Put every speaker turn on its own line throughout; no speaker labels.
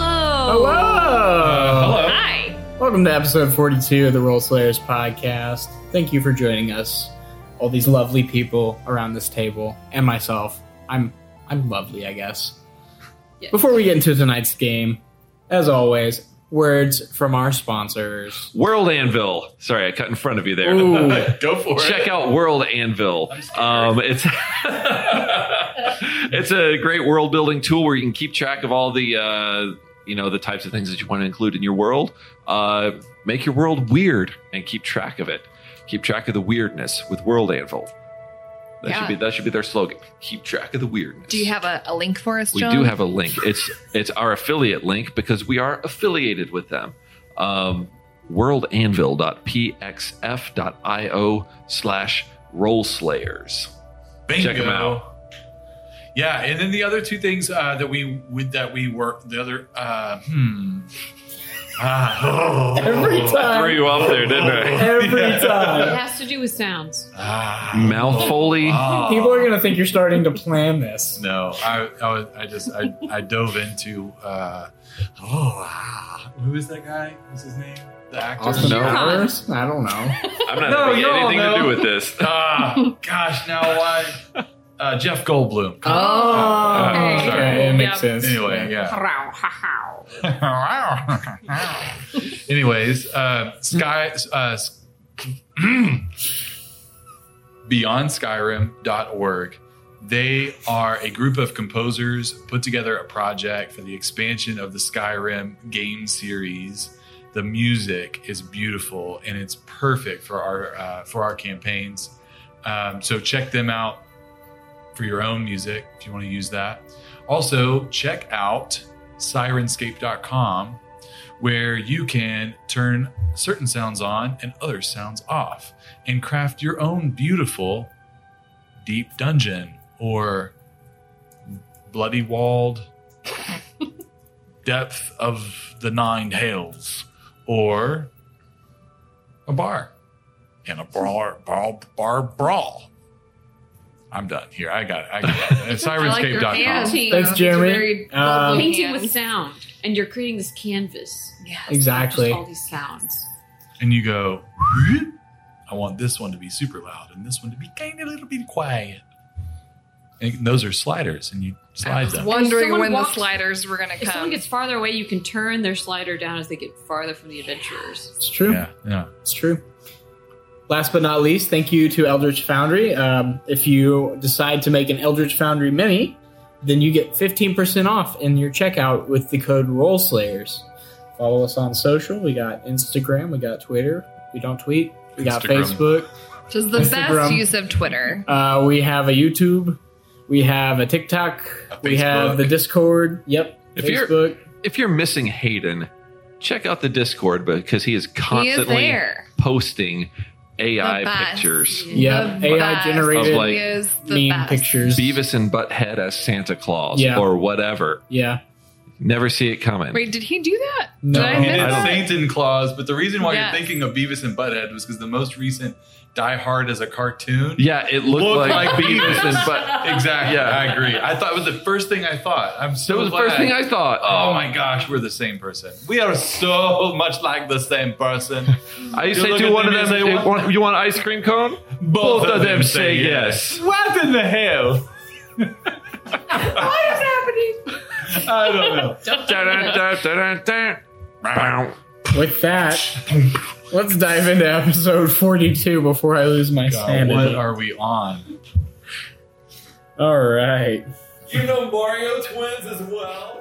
Hello.
hello.
Hi.
Welcome to episode 42 of the Role Slayers podcast. Thank you for joining us, all these lovely people around this table, and myself. I'm I'm lovely, I guess.
Yes.
Before we get into tonight's game, as always, words from our sponsors.
World Anvil. Sorry, I cut in front of you there.
Ooh.
Go for it.
Check out World Anvil. Um, it's it's a great world building tool where you can keep track of all the uh, you know the types of things that you want to include in your world. Uh, make your world weird and keep track of it. Keep track of the weirdness with World Anvil. That
Yeah.
should be that should be their slogan. Keep track of the weirdness.
Do you have a, a link for us,
We
John?
do have a link. It's it's our affiliate link because we are affiliated with them. Um, worldanvil.pxf.io slash role slayers.
Bingo.
Check 'em out.
Yeah, and then the other two things uh, that we would that we work the other uh, hmm. Ah,
Every
I threw
time.
you off there, didn't I?
Every time.
It has to do with sounds.
ah,
Mouthfully.
ah.
People are going to think you're starting to plan this.
No, I, I, was, I just I, I dove into uh, oh ah. who is that guy? What's his name? The actor.
Austin
No.
Powers? I don't know.
I'm not
No,
having
y'all
anything
know.
to do with this.
Ah, gosh, now why? Uh, Jeff Goldblum.
Oh,
okay.
okay. It makes
Yeah.
sense.
Anyway, yeah.
Row, ha, how.
Anyways, uh, Sky uh, s- BeyondSkyrim.org. They are a group of composers put together a project for the expansion of the Skyrim game series. The music is beautiful and it's perfect for our uh, for our campaigns. Um, so check them out for your own music if you want to use that. Also, check out sirenscape.com where you can turn certain sounds on and other sounds off and craft your own beautiful deep dungeon or bloody walled depth of the nine hells or a bar and a bar bar bar brawl i'm done here i got it i got it It's sirenscape.com
Thanks, Jeremy. Um,
Painting with sound, and you're creating this canvas.
Yeah.
Exactly.
Just all these sounds.
and you go, I want this one to be super loud and this one to be kind of a little bit quiet. And those are sliders, and you slide them.
If
Wondering
someone
when the
walks-
sliders were going to
If someone
come.
gets farther away, you can turn their slider down as they get farther from the adventurers.
It's true.
Yeah, yeah.
It's true. Last but not least, thank you to Eldritch Foundry. Um, if you decide to make an Eldritch Foundry mini, then you get 15% off in your checkout with the code RollSlayers. Follow us on social. We got Instagram, we got Twitter. We don't tweet, we got
Instagram.
Facebook.
Which is the
Mr.
best
Brum.
use of Twitter.
Uh, we have a YouTube. We have a TikTok.
A
we have
Facebook.
the Discord. Yep.
If you're-
Facebook.
If you're missing Hayden, check out the Discord because he is
He is
constantly
there.
posting
The
AI
best.
pictures.
Yeah.
The
AI
best.
generated
Of like
He is the
meme
best.
pictures.
Beavis and Butthead as Santa Claus
Yeah.
or whatever.
Yeah.
Never see it coming.
Wait, did he do that?
No.
Did I
He
miss
did
I
that?
Saint and Claus, but the reason why
Yes.
you're thinking of Beavis and Butthead was because the most recent Die Hard as a cartoon.
Yeah, it looked
Looked
like,
like
Beavis
Beavis.
and Butt.
Exactly.
Yeah.
I agree. I thought it was the first thing I thought. I'm so
That was the first
glad.
thing I thought.
Oh my gosh, we're the same person. We are so much like the same person.
I
You
say
look
to
at
one of
them
them,
and
say,
say, "What?"
"Want- you want ice cream cone? Both, of them say yes.
What in the hell? I don't know.
Dun, dun, dun, dun, dun.
With that, let's dive into episode 42 before I lose my
God, what
sanity.
are we on?
All right.
You know Mario twins as well.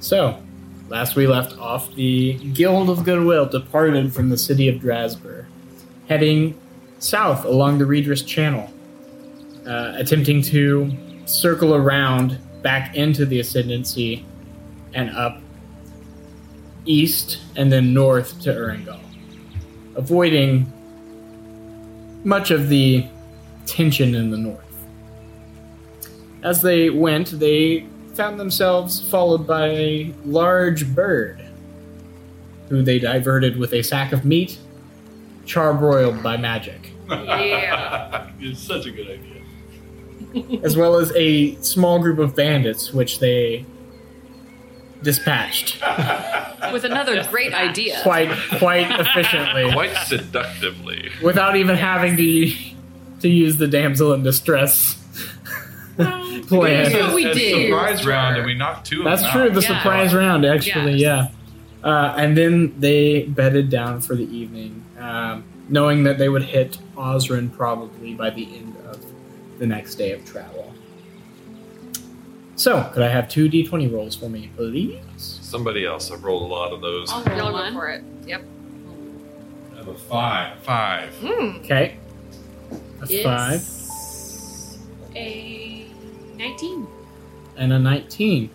So, last we left off, the Guild of Goodwill departed from the city of Drasber, heading south along the Redress Channel, uh, attempting to circle around back into the Ascendancy and up east and then north to Erengel, avoiding much of the tension in the north. As they went, they found themselves followed by a large bird, who they diverted with a sack of meat, charbroiled by magic,
Yeah.
it's such a good idea.
as well as a small group of bandits, which they dispatched
With another great idea.
quite quite efficiently,
Quite seductively.
without even having to to use the damsel in distress
That's
plan.
what we
It's a
did.
Surprise round, and we knocked two. of
That's
them
true.
out.
The
Yeah.
surprise round, actually,
Yes.
yeah. Uh, and then they bedded down for the evening, um, knowing that they would hit Osrin probably by the end of the next day of travel. So, could I have two d20 rolls for me, please?
Somebody else. I rolled a lot of those.
I'll
Y'all
roll
go
one.
for it. Yep.
I have a five. Five.
Mm.
Okay. A five
It's A 19.
and a 19.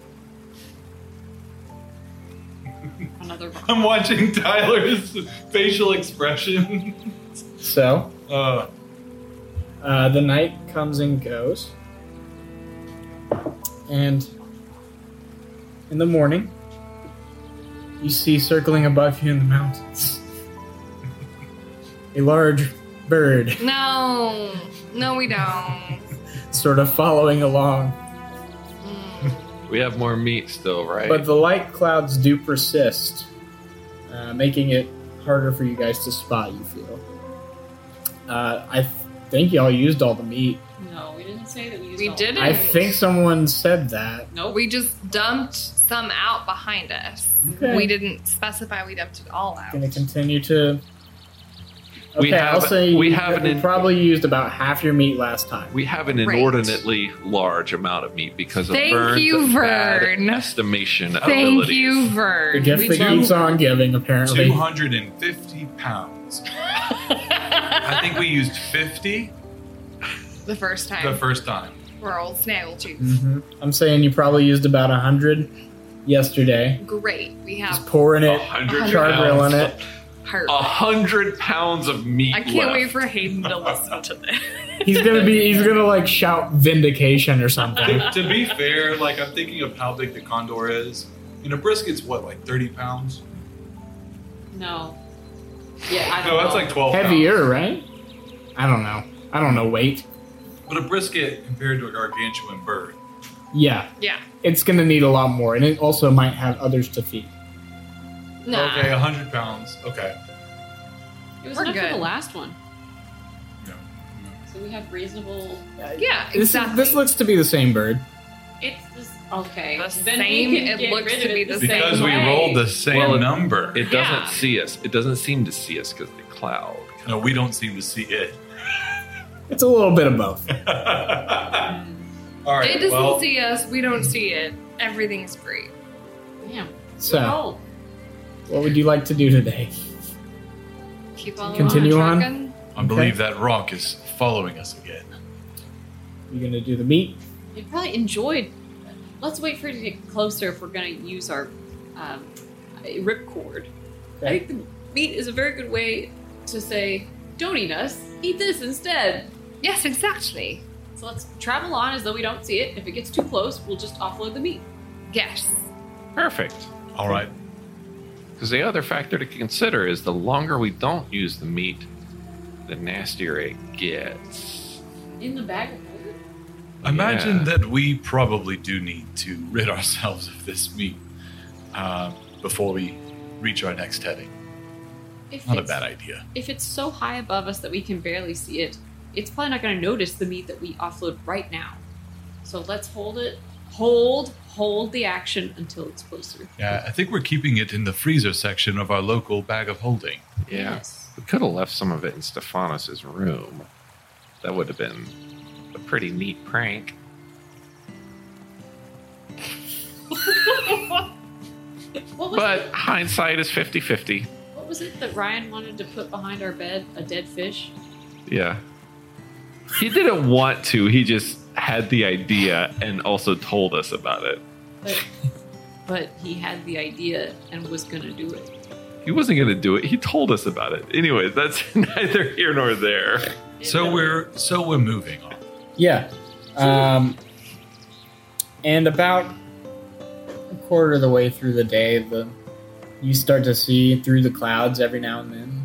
Another rock.
I'm watching Tyler's facial expression.
So,
Uh,
Uh, the night comes and goes. And in the morning, you see circling above you in the mountains a large bird
No. No, we don't.
sort of following along.
Mm.
We have more meat still, right?
But the light clouds do persist, uh, making it harder for you guys to spot, you feel. Uh, I th- think y'all used all the meat.
No, we didn't say that we used
We
all-
didn't.
I think someone said that.
Nope.
We just dumped some out behind us.
Okay.
We didn't specify we dumped it all out.
going to continue to. Okay,
We have-
I'll say
we
you
have an-
you probably used about half your meat last time.
we have an
Right.
inordinately large amount of meat because of
Thank
Vern's
you,
bad
Vern.
estimation
Thank
abilities.
you,
the
Vern.
gift
we
that
do-
keeps on giving, apparently.
250 pounds. I think we used 50
The first time.
the first time.
We're old snaggletooth.
Mhm. I'm saying you probably used about a hundred yesterday.
Great. We
Just
have
pouring
A
it,
hundred
charbroil
pounds.
on it.
her.
A hundred pounds of meat.
I can't
left.
wait for Hayden to listen to this.
He's gonna be. He's gonna like shout vindication or something.
to to be fair, like I'm thinking of how big the condor is. And a brisket's what, like 30 pounds?
No. Yeah, I don't
No, that's
know.
like 12 pounds.
Heavier, right? I don't know. I don't know weight.
But a brisket compared to a gargantuan bird.
Yeah,
yeah.
it's gonna need a lot more, and it also might have others to feed.
Nah.
Okay, 100 pounds. Okay.
It was
We're
enough for the
good.
last one.
Yeah.
So we have reasonable.
Yeah,
This, is,
exactly.
this looks to be the same bird.
It's this, okay.
The
Then we
same-
can
it
get
looks
rid
to
of
be
it
the same
Because we
way.
rolled the same
Well, it-
number.
It doesn't
Yeah.
see us. It doesn't seem to see us because of the cloud.
no, we don't seem to see it.
It's a little bit of both.
All right.
it doesn't
well,
see us. We don't see it. Everything's free.
Damn.
So.
Oh,
What would you like to do today?
Keep on
Continue on.
trucking.
I believe that rock is following us again.
You gonna do the meat?
you probably enjoyed. Let's wait for it to get closer if we're going to use our um, ripcord. I think the meat is a very good way to say, don't eat us, eat this instead.
Yes, exactly.
So let's travel on as though we don't see it. If it gets too close, we'll just offload the meat.
Yes.
Perfect.
All right.
Because the other factor to consider is the longer we don't use the meat, the nastier it gets.
In the bag of food?
Imagine
Yeah.
that we probably do need to rid ourselves of this meat uh, before we reach our next heading.
If
Not a
it's-
bad idea.
If it's so high above us that we can barely see it, it's probably not going to notice the meat that we offload right now. So let's hold it, hold, hold the action until it's closer.
Yeah, I think we're keeping it in the freezer section of our local bag of holding.
Yeah.
Yes.
We could have left some of it in Stephanos' room. That would have been a pretty neat prank.
What was
But
it?
hindsight is 50 50.
What was it that Ryan wanted to put behind our bed? A dead fish.
Yeah. He didn't want to, he just had the idea and also told us about it.
But but he had the idea and was gonna do it.
He wasn't going to do it. He told us about it. Anyways, that's neither here nor there.
So we're so we're moving on.
Yeah. Um, and about a quarter of the way through the day, the you start to see through the clouds every now and then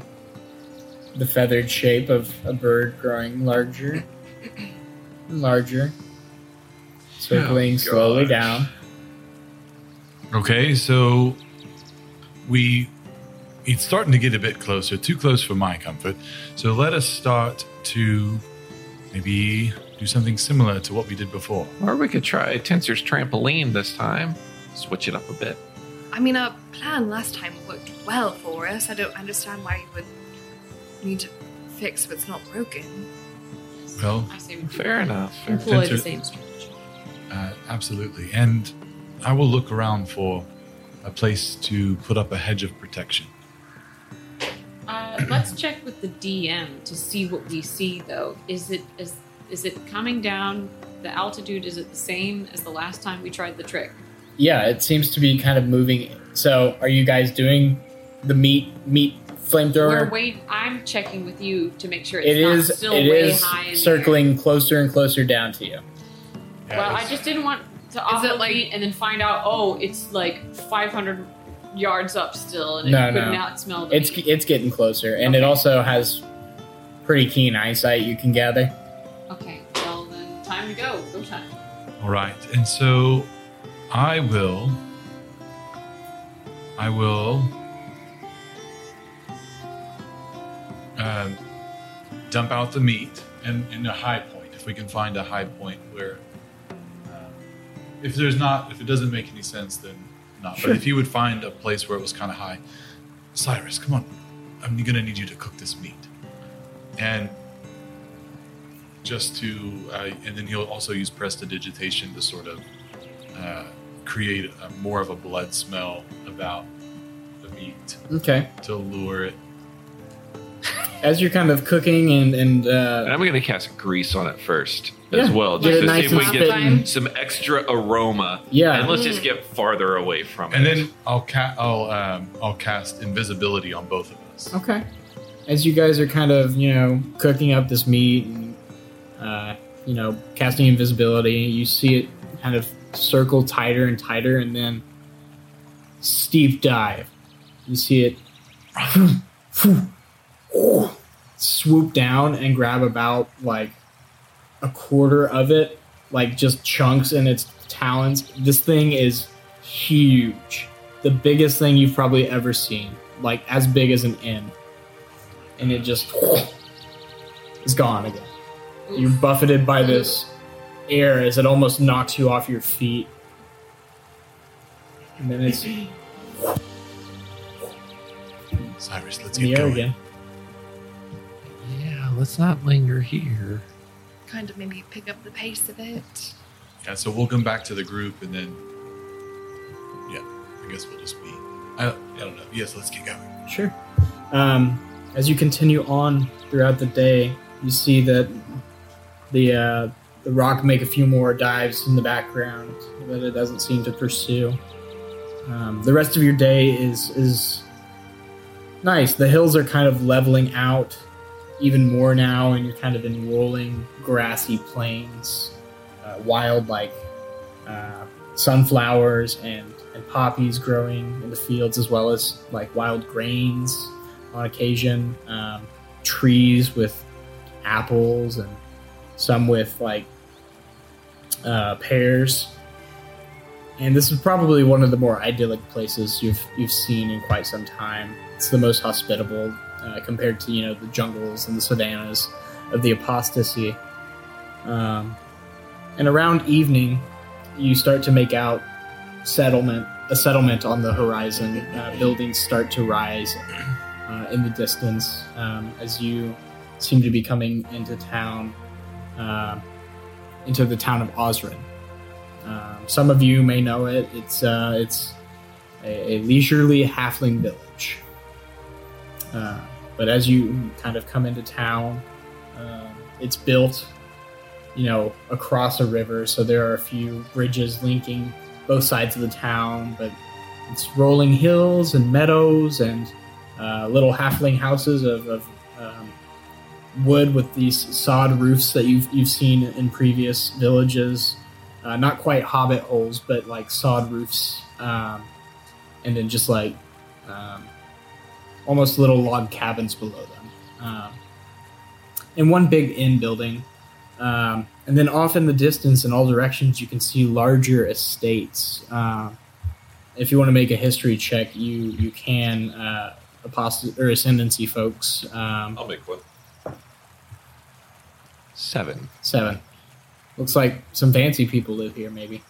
the feathered shape of a bird growing larger and larger, circling slowly down.
Okay, so we it's starting to get a bit closer, too close for my comfort. So let us start to maybe do something similar to what we did before.
Or we could try Tensor's trampoline this time, switch it up a bit.
I mean, our plan last time worked well for us. I don't understand why you would need to fix what's not broken.
Well,
I say we do
Fair enough. Fair enough.
Employ the
Since
same strategy.
Uh, absolutely. And I will look around for a place to put up a hedge of protection.
Uh, let's check with the DM to see what we see, though. Is it is is it coming down? The altitude is it the same as the last time we tried the trick?
Yeah, it seems to be kind of moving. So, are you guys doing the meat meat
We're
flamethrower?
wait. I'm checking with you to make sure it's
It
not
is
still
it
way
is
high in the
circling closer and closer down to you.
air. Well, I just didn't want to off
it like-
and then find out. Oh, it's like 500 yards up still, and
No,
it could
no.
not smell. The
It's
meat.
it's getting closer, and it
Okay.
also has pretty keen eyesight. You can gather.
okay. Well, then time to go. Go time.
All right. And so I will. I will. Um, dump out the meat and, and a high point, if we can find a high point where. um, If there's not, if it doesn't make any sense, then not. But if you would find a place where it was kind of high, Cyrus, come on, I'm gonna need you to cook this meat, and just to, uh, and then he'll also use prestidigitation to sort of uh, create a, more of a blood smell about the meat
Okay.
to lure it.
As you're kind of cooking and and
And
uh,
I'm going to cast grease on it first as
Yeah,
well,
get
just
it
to
nice
see if we
and
get
spitting.
some extra aroma.
yeah,
And let's just get farther away from it.
And then I'll ca- I'll um, I'll cast invisibility on both of us.
okay. As you guys are kind of you know cooking up this meat and uh, you know casting invisibility, you see it kind of circle tighter and tighter, and then steep dive. You see it swoop down and grab about like a quarter of it, like just chunks in its talons. This thing is huge. The biggest thing you've probably ever seen. Like as big as an N. And it just is gone again. You're buffeted by this air as it almost knocks you off your feet. And then it's in
Cyrus, let's
the
get
air
going.
again.
yeah, let's not linger here.
Kind of maybe pick up the pace a bit.
Yeah, so we'll come back to the group and then yeah, I guess we'll just be. I, I don't know. Yes, let's get going.
Sure. Um, as you continue on throughout the day, you see that the uh, the rock make a few more dives in the background, but it doesn't seem to pursue. Um, the rest of your day is is nice. The hills are kind of leveling out even more now, and you're kind of in rolling grassy plains, uh, wild like uh, sunflowers and, and poppies growing in the fields, as well as like wild grains on occasion, um, trees with apples and some with like uh, pears. And this is probably one of the more idyllic places you've you've seen in quite some time. It's the most hospitable uh, compared to you know the jungles and the savannas of the apostasy. Um, and around evening, you start to make out settlement a settlement on the horizon uh, buildings start to rise uh, in the distance um, as you seem to be coming into town uh, into the town of Osrin um, some of you may know it it's uh, it's a, a leisurely halfling village. Uh, but as you kind of come into town, um, it's built, you know, across a river, so there are a few bridges linking both sides of the town, but it's rolling hills and meadows and uh, little halfling houses of, of um, wood with these sod roofs that you've, you've seen in previous villages. Uh, not quite hobbit holes, but like sod roofs. Um, and then just like um, almost little log cabins below them. Um, and one big inn building. Um, and then off in the distance, in all directions, you can see larger estates. Uh, if you want to make a history check, you you can uh, apostle or ascendancy, folks. Um,
I'll make one. Seven.
Seven. Looks like some fancy people live here, maybe.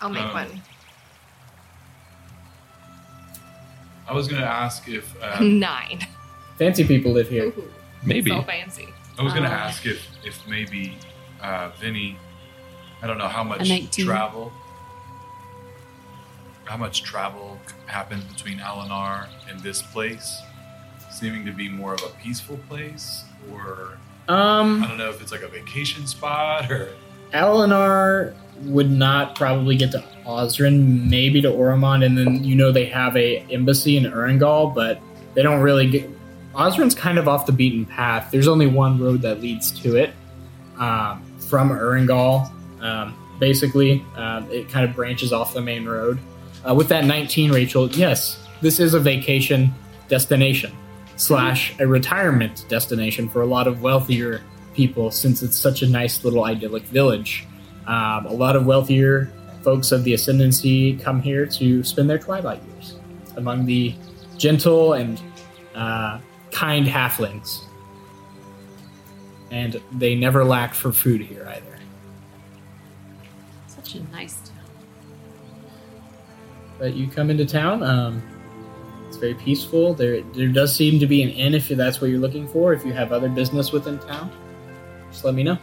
I'll make
Um,
one.
I was gonna ask if uh,
Nine.
Fancy people live here.
Ooh,
Maybe.
So fancy.
I was gonna
Uh,
ask if if maybe uh, Vinny. I don't know how much
19.
travel. How much travel happened between Alinar and this place, seeming to be more of a peaceful place, or I
Um,
don't know if it's like a vacation spot or.
Alinar would not probably get to Osrin, maybe to Oromond, and then you know they have a embassy in Erengol, but they don't really get. Osrin's kind of off the beaten path. There's only one road that leads to it um, from Erengol. Um, basically, um, it kind of branches off the main road. Uh, with that 19, Rachel, yes, this is a vacation destination slash a retirement destination for a lot of wealthier people since it's such a nice little idyllic village. Um, a lot of wealthier folks of the Ascendancy come here to spend their twilight years among the gentle and uh, kind halflings. And they never lack for food here either.
Such a nice town.
But you come into town, um, it's very peaceful. There, there does seem to be an inn if that's what you're looking for. If you have other business within town, just let me know.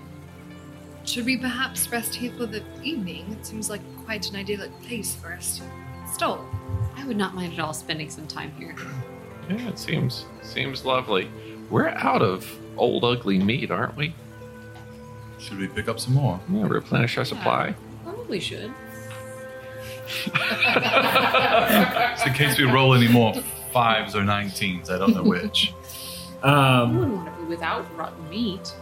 Should we perhaps rest here for the evening? It seems like quite an idyllic place for us to stall.
I would not mind at all spending some time here.
Yeah, it seems seems lovely. We're out of old ugly meat, aren't we?
Should we pick up some more?
Yeah, replenish our supply.
Probably should.
Just in case we roll any more fives or 19s, I don't know which.
I
Um,
wouldn't want to be without rotten meat.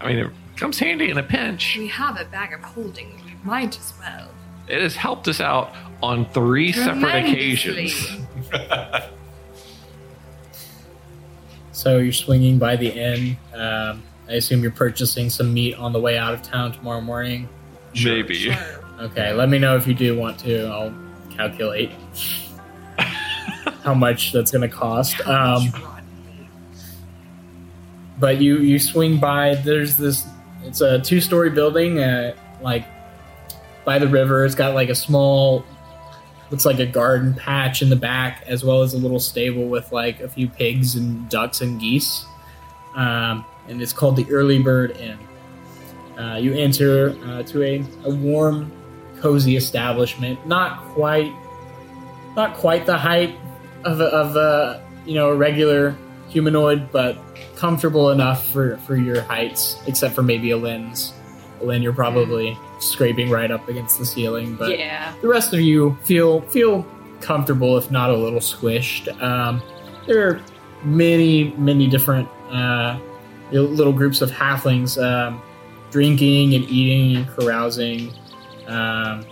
I mean, it comes handy in a pinch.
We have a bag of holding. We might as well.
It has helped us out on three separate
Tremendously.
occasions.
so you're swinging by the inn. Um, I assume you're purchasing some meat on the way out of town tomorrow morning.
Maybe.
Sure.
Okay, let me know if you do want to. I'll calculate how much that's going to cost. Um, but you you swing by there's this it's a two-story building uh, like by the river it's got like a small looks like a garden patch in the back as well as a little stable with like a few pigs and ducks and geese um, and it's called the early bird inn uh, you enter uh, to a, a warm cozy establishment not quite not quite the height of a, of a you know a regular humanoid but comfortable enough for, for your heights, except for maybe a lens. A lens you're probably scraping right up against the ceiling, but
yeah.
the rest of you feel feel comfortable, if not a little squished. Um, there are many many different uh, you know, little groups of halflings um, drinking and eating and carousing, um,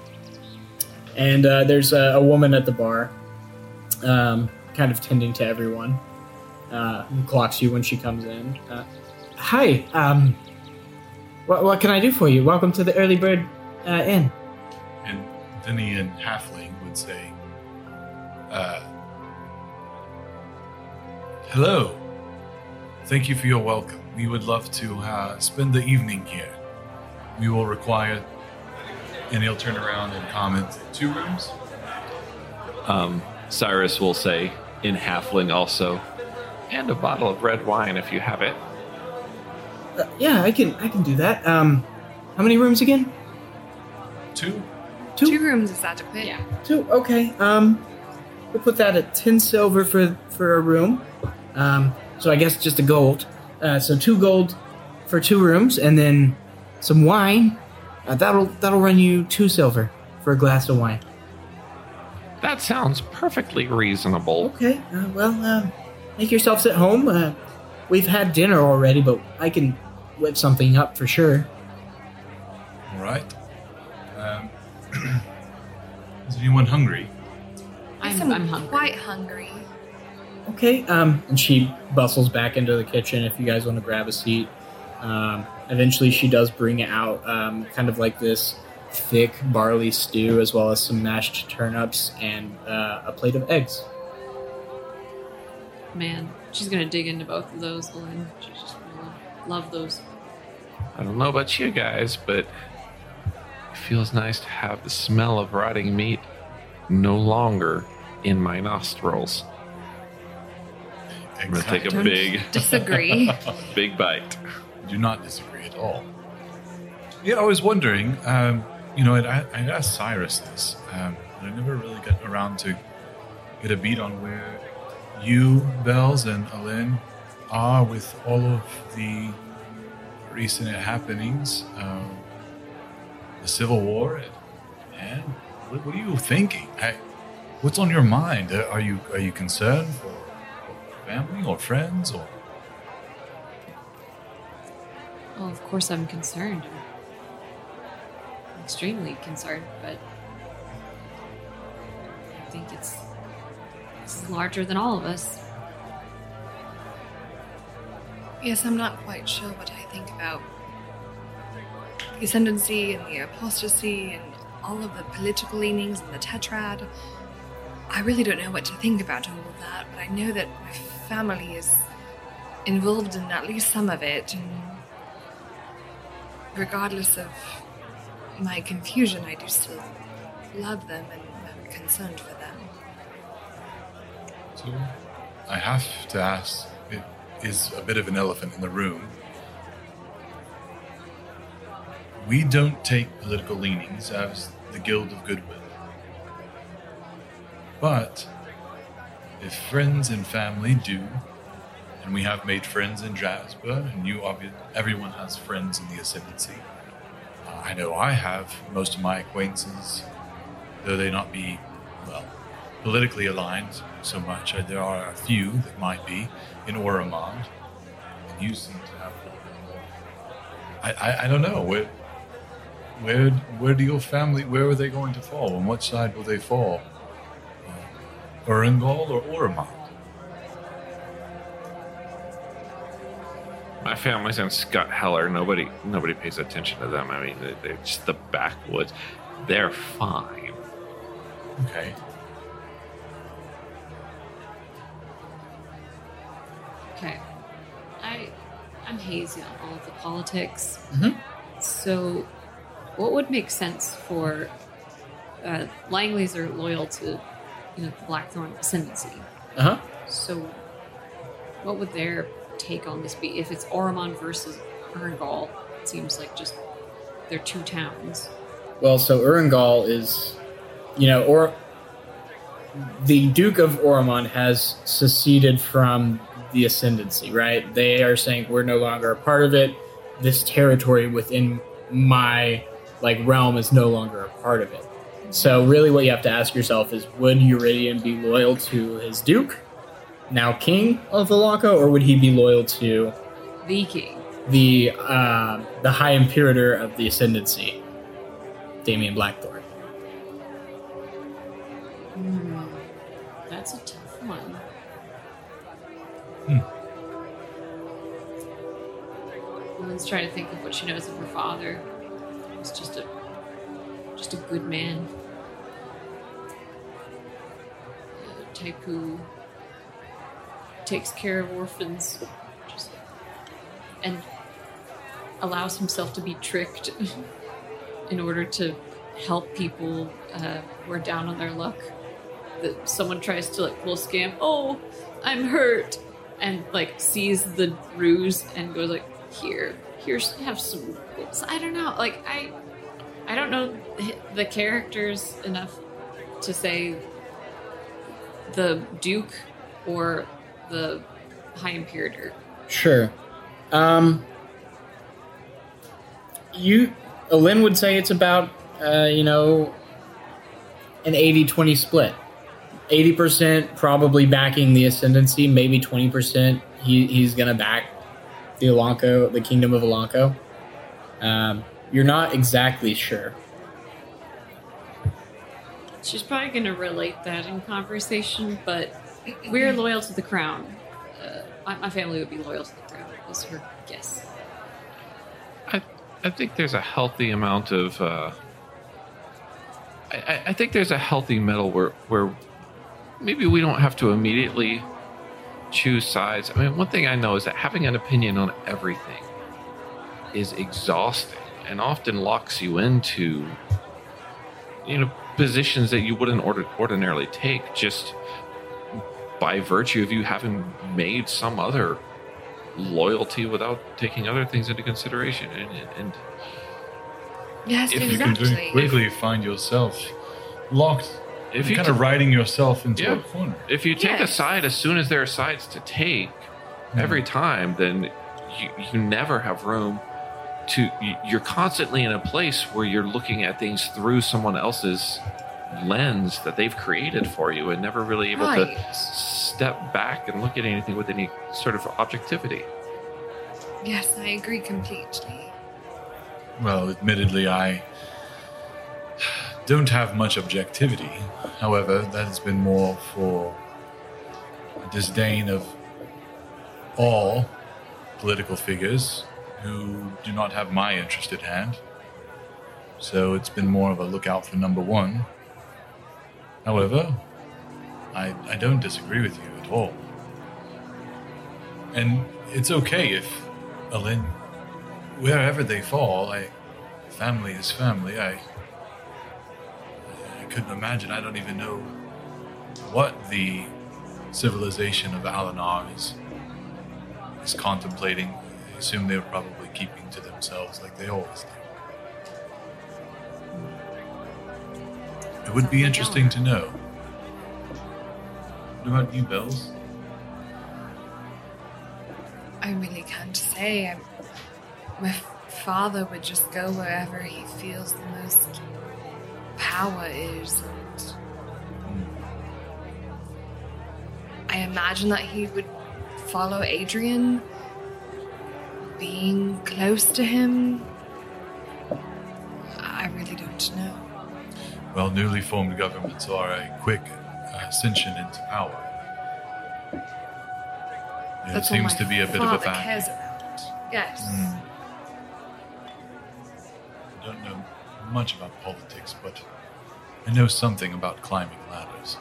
and uh, there's a, a woman at the bar, um, kind of tending to everyone. Uh, who clocks you when she comes in. Uh, Hi, um, what, what can I do for you? Welcome to the Early Bird uh, Inn.
And Vinny and Halfling would say, uh, Hello. Thank you for your welcome. We would love to uh, spend the evening here. We will require, and he'll turn around and comment, two rooms?
Um, Cyrus will say in halfling also, and a bottle of red wine if you have it.
Uh, yeah, I can I can do that. Um, how many rooms again?
Two?
Two rooms is adequate.
Yeah.
Two. Okay. Um, we'll put that at ten silver for for a room. Um, so I guess just a gold. Uh, so two gold for two rooms, and then some wine. Uh, that'll that'll run you two silver for a glass of wine.
That sounds perfectly reasonable.
Okay. Uh, well, uh, make yourselves at home. Uh, we've had dinner already, but I can whip something up for sure.
All right. Um, is anyone hungry?
Yes,
I'm, I'm hungry.
quite hungry.
Okay. Um, and she bustles back into the kitchen. If you guys want to grab a seat, um, eventually she does bring out um, kind of like this thick barley stew, as well as some mashed turnips and uh, a plate of eggs.
Man, she's gonna dig into both of those, Glenn. She's just gonna love those.
I don't know about you guys, but it feels nice to have the smell of rotting meat no longer in my nostrils. I'm gonna take a
Don't
big,
Disagree.
big bite.
do not disagree at all. Yeah, I was wondering, um, you know, and I, I asked Cyrus this, um, but I never really got around to get a beat on where you, Bells, and Alen are with all of the recent happenings, um, the Civil War, and, and what, what are you thinking? I, what's on your mind? Uh, Are you are you concerned for family or friends or
Well, of course, I'm concerned. extremely concerned, but I think it's this is larger than all of us.
yes, I'm not quite sure what I think about the ascendancy and the apostasy and all of the political leanings and the tetrad. I really don't know what to think about all of that, but I know that my family is involved in at least some of it, and regardless of my confusion, I do still love them and I'm concerned for them.
So I have to ask, it is a bit of an elephant in the room. We don't take political leanings as the Guild of Goodwill. But if friends and family do, and we have made friends in Jasper, and you obvi- everyone has friends in the Ascendancy. Uh, I know I have most of my acquaintances, though they not be, well, politically aligned so much. Uh, There are a few that might be in Oromond, and you seem to have. a little bit more. I, I, I don't know where where where do your family where are they going to fall? On what side will they fall? Uh, Erengol or Oromond?
My family's in Scott Heller. Nobody, nobody pays attention to them. I mean, they- they're just the backwoods. They're fine.
Okay.
Okay, I I'm hazy on all of the politics.
Mhm.
So, what would make sense for uh, Langleys are loyal to you know the Blackthorn ascendancy?
Uh huh.
So, what would their take on this be? If it's Oromond versus Urgal, it seems like just they're two towns.
Well, so Urangol is, you know, or the Duke of Oromond has seceded from the ascendancy, right? They are saying we're no longer a part of it. This territory within my like realm is no longer a part of it. So really what you have to ask yourself is would Eurydian be loyal to his duke, now king of Valaca, or would he be loyal to
The king.
the uh, the High Imperator of the Ascendancy, Damien Blackthorn.
That's a tough one. Woman's trying to think of what she knows of her father. He's just a just a good man. A type who takes care of orphans just, and allows himself to be tricked in order to help people uh, who are down on their luck that someone tries to like pull a scam. Oh, I'm hurt, and like sees the ruse and goes like, here, here's have some. I don't know. Like I, I don't know h- the characters enough to say the Duke or the High Imperator.
Sure. Um, you, Lynn would say it's about, uh, you know, an 80 20 split. 80% probably backing the Ascendancy, maybe 20% he, he's going to back the Elanco, the Kingdom of Elanco. Um, you're not exactly sure.
She's probably going to relate that in conversation, but we're loyal to the crown. Uh, my, my family would be loyal to the crown, was her guess.
I, I think there's a healthy amount of. Uh, I- I, I think there's a healthy middle where where maybe we don't have to immediately choose sides. I mean, one thing I know is that having an opinion on everything is exhausting and often locks you into you know positions that you wouldn't ordi- ordinarily take just by virtue of you having made some other loyalty without taking other things into consideration. And, and, and
Yes,
If you
You can very
exactly.
quickly find yourself locked,
if
if
you
you're kind
ta-
of riding yourself into
Yeah.
a corner.
if you take a
Yes.
side as soon as there are sides to take every time, then you, you never have room to. you- You're constantly in a place where you're looking at things through someone else's lens that they've created for you, and never really able
Right.
to s- step back and look at anything with any sort of objectivity.
Yes, I agree completely.
Well, admittedly, I don't have much objectivity. However, that has been more for a disdain of all political figures who do not have my interest at hand. So it's been more of a lookout for number one. However, I, I don't disagree with you at all. And it's okay if Alin wherever they fall, I, family is family. I, I couldn't imagine. I don't even know what the civilization of Alanar is is contemplating. I assume they're probably keeping to themselves, like they always do. It would be interesting to know. What about you, Bells?
I really can't say. I'm, my father would just go wherever he feels the most power is. And I imagine that he would follow Adrian, being close to him. I really don't know.
Well, newly formed governments are a quick uh, ascension into power. There
That's what
seems
my
to be a bit of a
father
back.
cares about. Yes.
Mm. I don't know much about politics, but I know something about climbing ladders.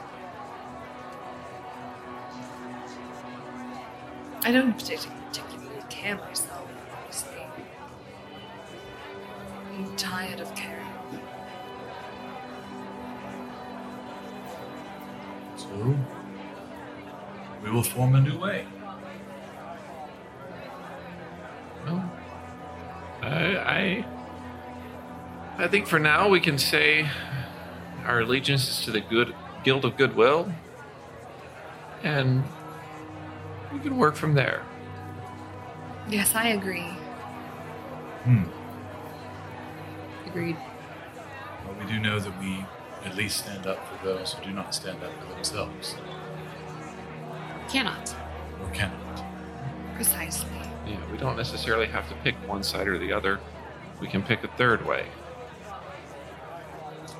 I don't partic- particularly care myself, honestly. I'm tired of caring.
So, we will form a new way.
Well, I, I, I think for now we can say our allegiance is to the good Guild of Goodwill, and we can work from there.
Yes, I agree.
Hmm.
Agreed.
But we do know that we at least stand up for those who do not stand up for themselves,
Cannot.
or cannot.
Precisely.
Yeah, we don't necessarily have to pick one side or the other. We can pick a third way.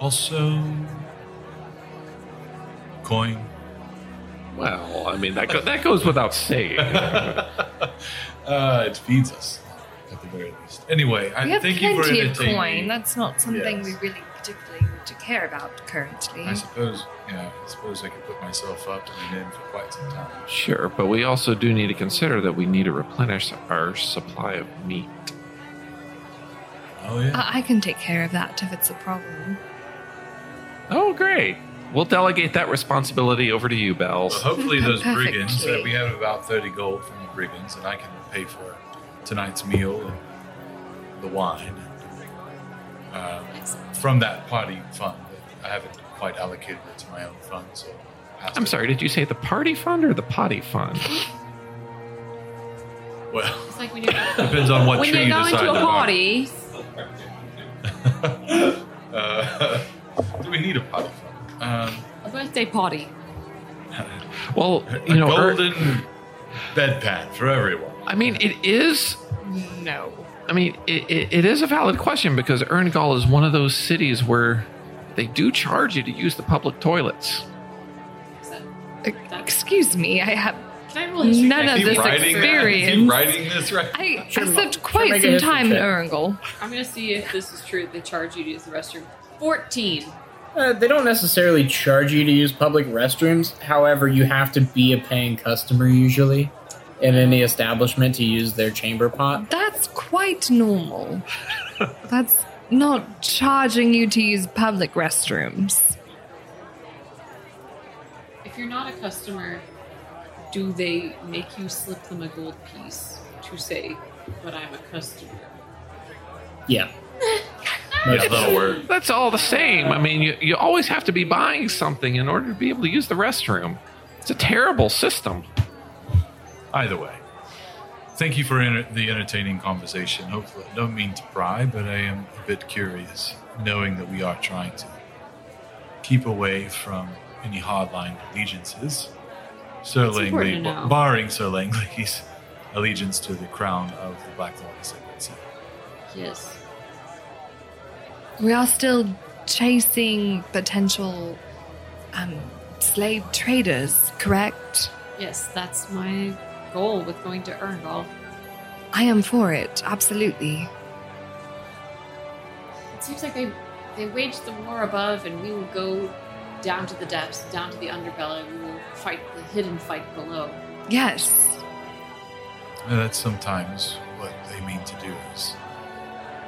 Also, coin.
Well, I mean that go- that goes without saying.
uh, it feeds us, at the very least. Anyway, I
we have
thank you for
plenty of
entertaining
coin.
me.
That's not something we
Yes.
really particularly need to care about currently.
I suppose, you know, I suppose I could put myself up to be in for quite some time.
sure, but we also do need to consider that we need to replenish our supply of meat.
Oh yeah.
I-, I can take care of that if it's a problem.
Oh, great! We'll delegate that responsibility over to you, Bells.
Well, hopefully those
Perfect.
brigands. Uh, we have about thirty gold from the brigands, and I can pay for tonight's meal and the wine. um,
Excellent.
from that party fund. But I haven't quite allocated it to my own fund, so
I'm sorry, did you say the party fund or the potty fund?
Well,
It's like when you're
depends on what
when
tree
you're
you
going
decide
to a
to buy.
party.
Uh, do we need a potty fund? Um,
A birthday party.
Well,
a
you know, Ur-
golden bedpan for everyone.
I mean, it is. No. I mean, it, it, it is a valid question because Erngol is one of those cities where they do charge you to use the public toilets.
Is that-
Excuse me, I have
Can I roll history?
none
check?
of
Is he
this
writing that? Is he
experience.
writing this right
I,
Sure,
I
ma-
slept
make
quite
a
some
history
time in
check.
Erangel.
I'm gonna see if this is true. They charge you to use the restroom. Fourteen.
Uh, they don't necessarily charge you to use public restrooms. However, you have to be a paying customer usually in any establishment to use their chamber pot.
That's quite normal. That's not charging you to use public restrooms.
If you're not a customer, do they make you slip them a gold piece to say, "But I'm a customer"?
Yeah.
Yeah, that'll work.
That's all the same. I mean, you, you always have to be buying something in order to be able to use the restroom. It's a terrible system.
Either way, thank you for enter- the entertaining conversation. Hopefully, I don't mean to pry, but I am a bit curious, knowing that we are trying to keep away from any hardline allegiances. Sir
It's important
Langley,
to know.
barring Sir Langley's allegiance to the crown of the Black Lord Ascendancy.
Yes.
We are still chasing potential um, slave traders, correct?
Yes, that's my goal with going to Erngol.
I am for it, absolutely.
It seems like they they waged the war above, and we will go down to the depths, down to the underbelly. We will fight the hidden fight below.
Yes.
And that's sometimes what they mean to do is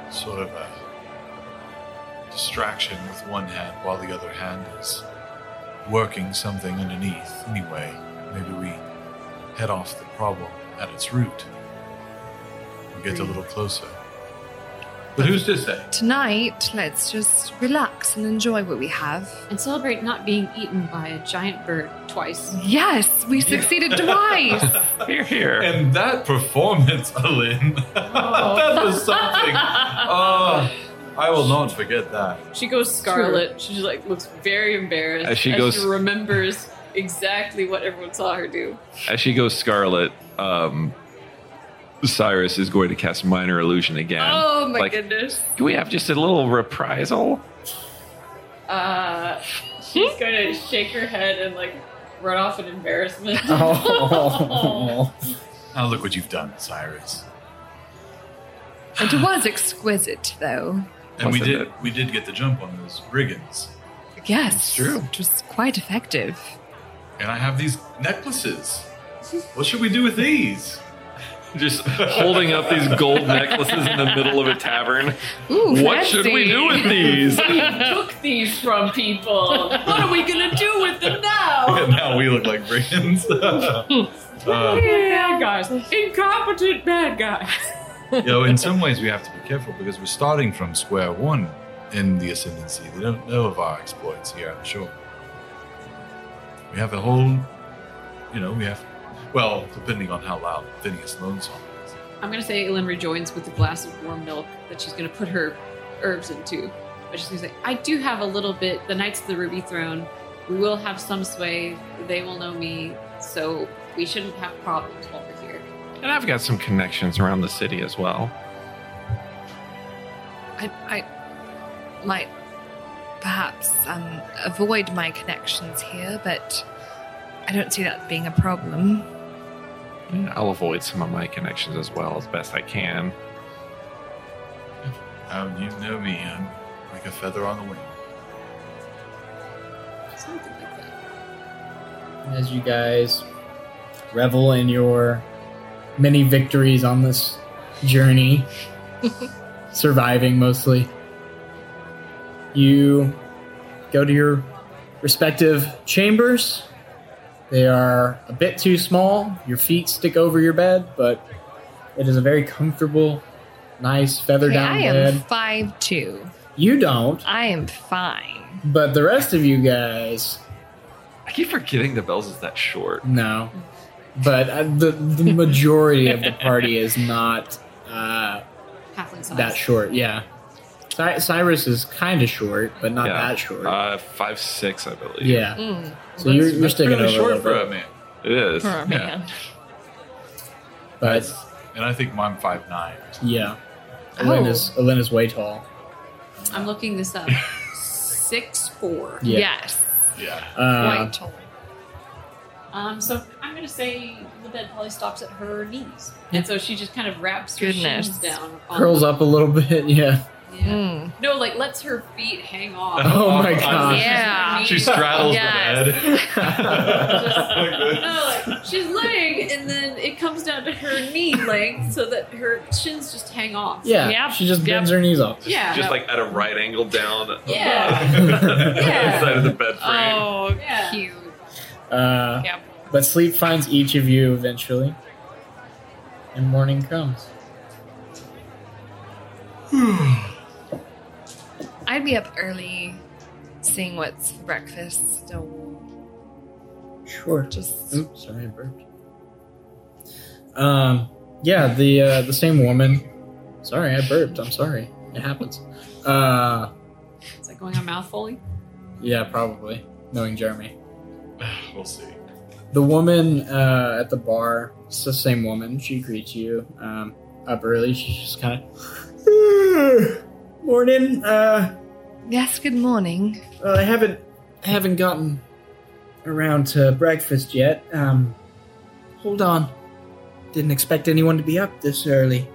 sort of a distraction with one hand while the other hand is working something underneath. Anyway, maybe we head off the problem at its root. We get a little closer. But who's to say?
Tonight, let's just relax and enjoy what we have.
and celebrate not being eaten by a giant bird twice.
Yes, we succeeded twice.
Here, here.
And that performance, Alin, that was something. Oh, I will not forget that.
She goes scarlet. She just like looks very embarrassed
As she goes-
remembers exactly what everyone saw her do.
As she goes scarlet, um, Cyrus is going to cast minor illusion again.
oh my
like-
goodness!
Can we have just a little reprisal?
Uh, she's gonna shake her head and like run off in embarrassment.
Uh-huh.
Oh.
Now look what you've done, Cyrus.
it was exquisite, though.
And we
Wasn't
did we did get the jump on those brigands.
Yes.
It's true.
It was quite effective.
And I have these necklaces. What should we do with these?
Just holding up these gold necklaces in the middle of a tavern.
Ooh,
What should we do with these?
We took these from people. What are we gonna do with them now?
And now we look like brigands. Uh,
Bad guys, incompetent bad guys.
you know, in some ways we have to be careful because we're starting from square one in the ascendancy. They don't know of our exploits here, I'm sure. We have a whole, you know, we have, well, depending on how loud Phineas Lone's song is.
I'm gonna say Ellen rejoins with a glass of warm milk that she's gonna put her herbs into. But she's gonna say, I do have a little bit. The Knights of the Ruby Throne, we will have some sway. They will know me, so we shouldn't have problems over here.
And I've got some connections around the city as well.
I, I might perhaps um, avoid my connections here, but I don't see that being a problem.
I'll avoid some of my connections as well as best I can.
Um, you know me, I'm like a feather on the wing.
Something like that.
As you guys revel in your many victories on this journey, surviving mostly, you go to your respective chambers. They are a bit too small. Your feet stick over your bed, but it is a very comfortable, nice feather
Okay,
down
I
bed.
am five two.
You don't,
I am fine.
but the rest of you guys,
I keep forgetting the bells is that short.
no. But uh, the the majority of the party is not uh,
Halfling size.
that short. Yeah, Cy- Cyrus is kind of short, but not
Yeah.
that short.
Uh, five six, I believe.
yeah.
Mm,
So you're,
That's
you're sticking
fairly
over, short
short for a man.
it is.
for a man.
but
And I think I'm five nine.
yeah, Elin
Oh.
is Elin is way tall.
I'm looking this up. Six four.
Yeah.
Yes.
Yeah.
Uh,
Quite tall.
Um, so I'm gonna say the bed probably stops at her knees,
Yeah.
and so she just kind of wraps her
Goodness.
shins down. on-
curls up a little bit. Yeah.
Yeah.
Mm.
No, like lets her feet hang off.
Oh my
Her
gosh.
Yeah.
She straddles
Yes.
the bed.
Just- no, like, she's laying, and then it comes down to her knee length, so that her shins just hang off.
Yeah.
Yep,
She just
yep.
bends her knees off.
Yeah.
Just like at a right angle down.
Yeah.
the side of the bed frame.
Oh,
Yeah.
cute.
Uh,
Yep.
But sleep finds each of you eventually, and morning comes.
I'd be up early, seeing what's for breakfast. So
Sure.
just
Oops, sorry, I burped. Um, yeah, the uh, the same woman. Sorry, I burped. I'm sorry. It happens. Uh,
Is that going on mouth Foley?
yeah, probably. Knowing Jeremy,
We'll see.
the woman uh, at the bar. It's the same woman. She greets you um, up early. She's just kind of morning. Uh,
yes. Good morning.
Well, I haven't haven't gotten around to breakfast yet. Um, hold on. Didn't expect anyone to be up this early.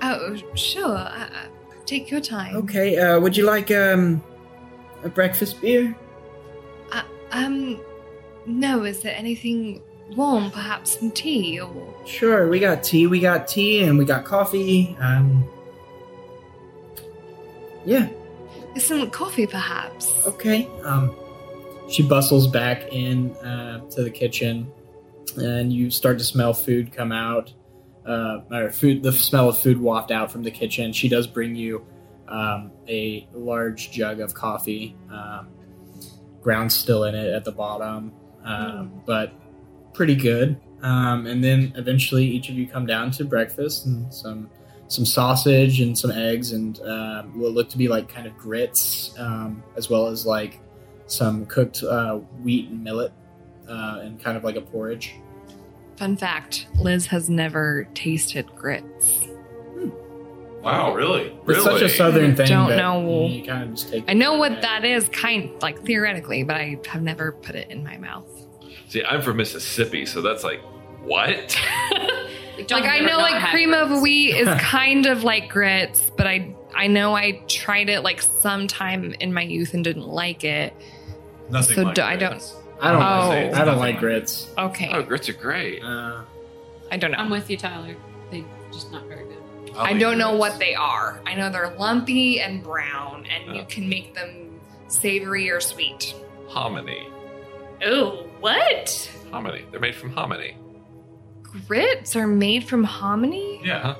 Oh, sure. I, I, take your time.
Okay. Uh, would you like um a breakfast beer?
Um, no. Is there anything warm? Perhaps some tea or
Sure. We got tea. We got tea, and we got coffee. Um. Yeah.
some coffee, perhaps.
Okay. Um, she bustles back in uh, to the kitchen, and you start to smell food come out, uh, or food. The smell of food waft out from the kitchen. She does bring you um, a large jug of coffee, um, ground still in it at the bottom, um, but pretty good. Um, and then eventually, each of you come down to breakfast and some some sausage and some eggs and um, will look to be like kind of grits um, as well as like some cooked uh, wheat and millet uh, and kind of like a porridge
Fun fact: Liz has never tasted grits.
Wow, really?
it's such a southern thing
Don't
that
know.
you kind of just take
I know what that is, kind like theoretically, but I have never put it in my mouth.
See, I'm from Mississippi, so that's like, what?
John's
like I
never
know,
not
like
had
cream
grits.
of wheat is kind of like grits, but I I know I tried it like sometime in my youth and didn't like it.
Nothing.
So
like
do- I
that.
don't-
I don't
Oh.
like, I don't like grits
Okay,
Oh, grits are great.
uh,
I don't know.
I'm with you, Tyler. They just not very good.
I'll
I
eat
don't know
yours.
what they are. I know they're lumpy and brown, and
Oh.
you can make them savory or sweet.
Hominy.
Oh, what?
Hominy. They're made from hominy.
Grits are made from hominy.
Yeah.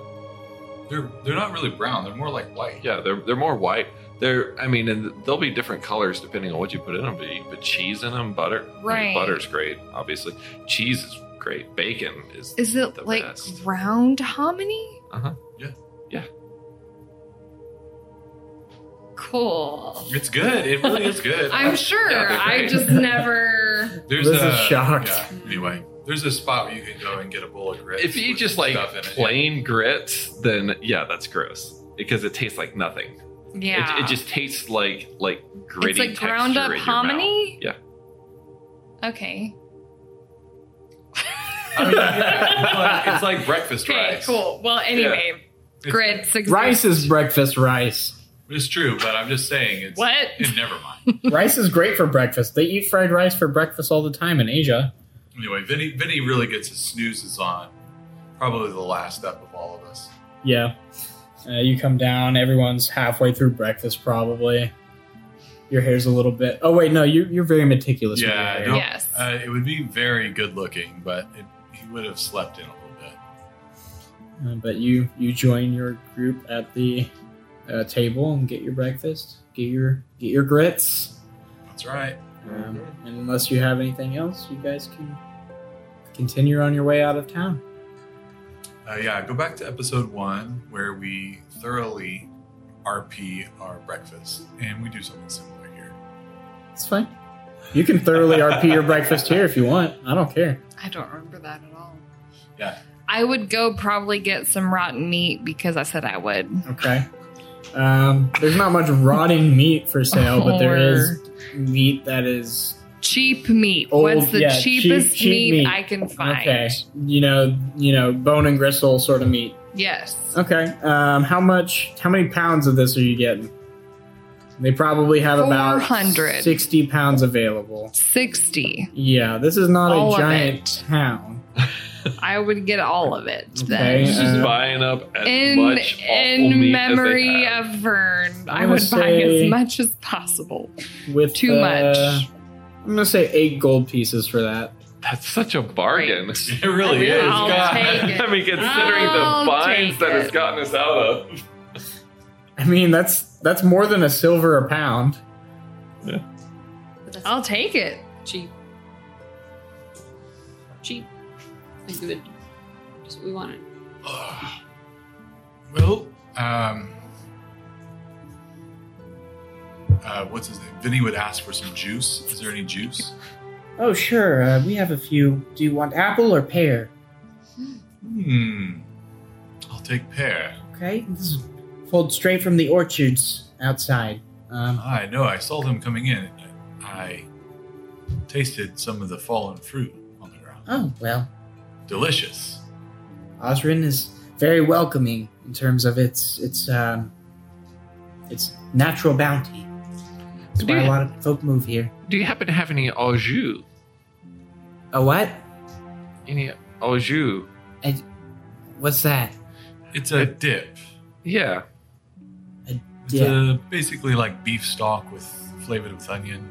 They're they're not really brown. They're more like white.
Yeah, they're they're more white. They're, I mean, and they'll be different colors depending on what you put in them. But you put cheese in them, butter. I mean,
Right.
butter's great, obviously. Cheese is great. Bacon is.
Is it
The
like
best.
round hominy?
Uh huh.
Cool.
It's good. It really is good.
I'm sure.
Yeah, they're
I
great.
just never.
There's
Liz
a,
is shocked.
yeah, anyway, there's a spot where you can go and get a bowl of grits.
If you
with
just like
stuff in it.
plain grits, then yeah, that's gross because it tastes like nothing.
Yeah.
It, it just tastes like like gritty.
it's like ground up
texture in your mouth.
hominy.
Yeah.
Okay.
I mean, yeah, it's, like, it's like breakfast
Okay.
rice.
Cool. Well, anyway,
It's-
grits. Exist.
rice is breakfast rice
It's true, but I'm just saying it's
What?
It, never mind.
rice is great for breakfast they eat fried rice for breakfast all the time in Asia
Anyway, Vinny Vinny really gets his snoozes on. Probably the last up of all of us.
yeah uh, you come down everyone's halfway through breakfast probably your hair's a little bit oh wait no you, you're very meticulous with your
Yeah, I
hair.
don't-
Yes.
Uh, it would be very good looking, but it, he would have slept in a little bit.
Uh, but you you join your group at the uh, table and get your breakfast. Get your get your grits.
That's right.
Um, and unless you have anything else, you guys can continue on your way out of town.
Uh, yeah, go back to episode one where we thoroughly RP our breakfast, and we do something similar here.
It's fine. You can thoroughly RP your breakfast here if you want. I don't care.
I don't remember that at all.
Yeah.
I would go probably get some rotten meat because I said I would.
Okay. Um, there's not much rotting meat for sale, but there is meat that is
Cheap meat.
Old-
What's the
yeah, cheap-
cheapest
cheap
meat,
meat.
I can find?
okay. You know, you know, bone and gristle sort of meat.
Yes.
Okay. Um, how much? How many pounds of this are you getting? They probably have about
400.
sixty pounds available.
60.
Yeah, this is not
All
a
of
giant town.
I would get all of it
Okay.
then.
She's
Uh,
buying up as
In,
much awful meat
in memory
as they have.
of Vern, I
I'm
would
gonna
buy
say-
as much as possible.
With
Too
uh,
much.
I'm gonna say eight gold pieces for that.
That's such a bargain.
It really is.
I'll
God.
take it.
I mean, considering
I'll
the binds
take
that it's
it.
gotten us out of.
I mean, that's that's more than a silver a pound.
But that's
I'll take it.
cheap. Cheap. And good. That's what we wanted.
Well, um, uh, what's his name? Vinny would ask for some juice. Is there any juice?
Oh sure, uh, we have a few. Do you want apple or pear?
Hmm. I'll take pear.
Okay, this is pulled straight from the orchards outside. Um,
I know. I saw them coming in. I tasted some of the fallen fruit on the ground.
oh well,
Delicious.
Osrin is very welcoming in terms of its its um, its natural bounty. That's why a lot of folk move here.
Do you happen to have any au jus?
A what?
Any au jus?
What's that?
It's a dip.
Yeah.
It's a, basically like beef stock with flavored with onion.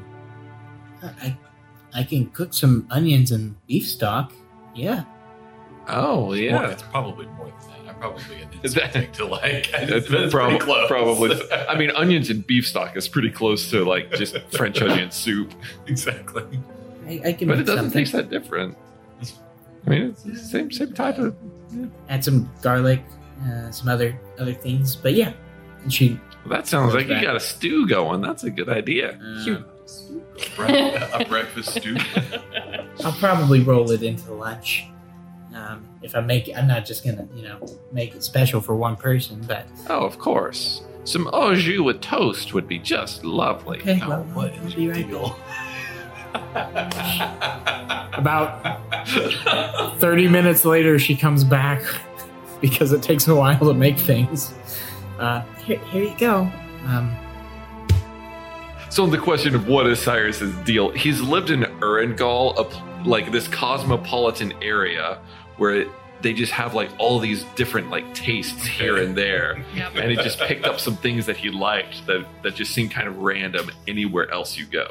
I, I can cook some onions and beef stock. Yeah.
Oh,
Or
yeah.
it's probably more than that. I probably an
Is that-
instinct to like.
That's
That's,
prob-
pretty close.
Probably. I mean, onions and beef stock is pretty close to like just French onion soup,
exactly.
I, I can
but it doesn't
make something.
taste that different. I mean, it's the same same type of.
Add some garlic, uh, some other other things. But yeah. And she.
That sounds like you
Okay.
got a stew going. That's a good idea.
Uh,
Bre- a breakfast stew.
I'll probably roll it into lunch. Um, if I make it, I'm not just gonna, you know, make it special for one person, but
Oh, of course. Some au jus with toast would be just lovely.
okay,
Oh,
well,
what
I'll
is
be
your
right
deal?
back. About 30 minutes later, she comes back because it takes a while to make things. Uh, here, here you go. Um,
So the question of what is Cyrus's deal? He's lived in Erengol, a p like this cosmopolitan area where it, they just have like all these different like tastes here and there,
Yep.
and he just picked up some things that he liked that that just seemed kind of random anywhere else you go.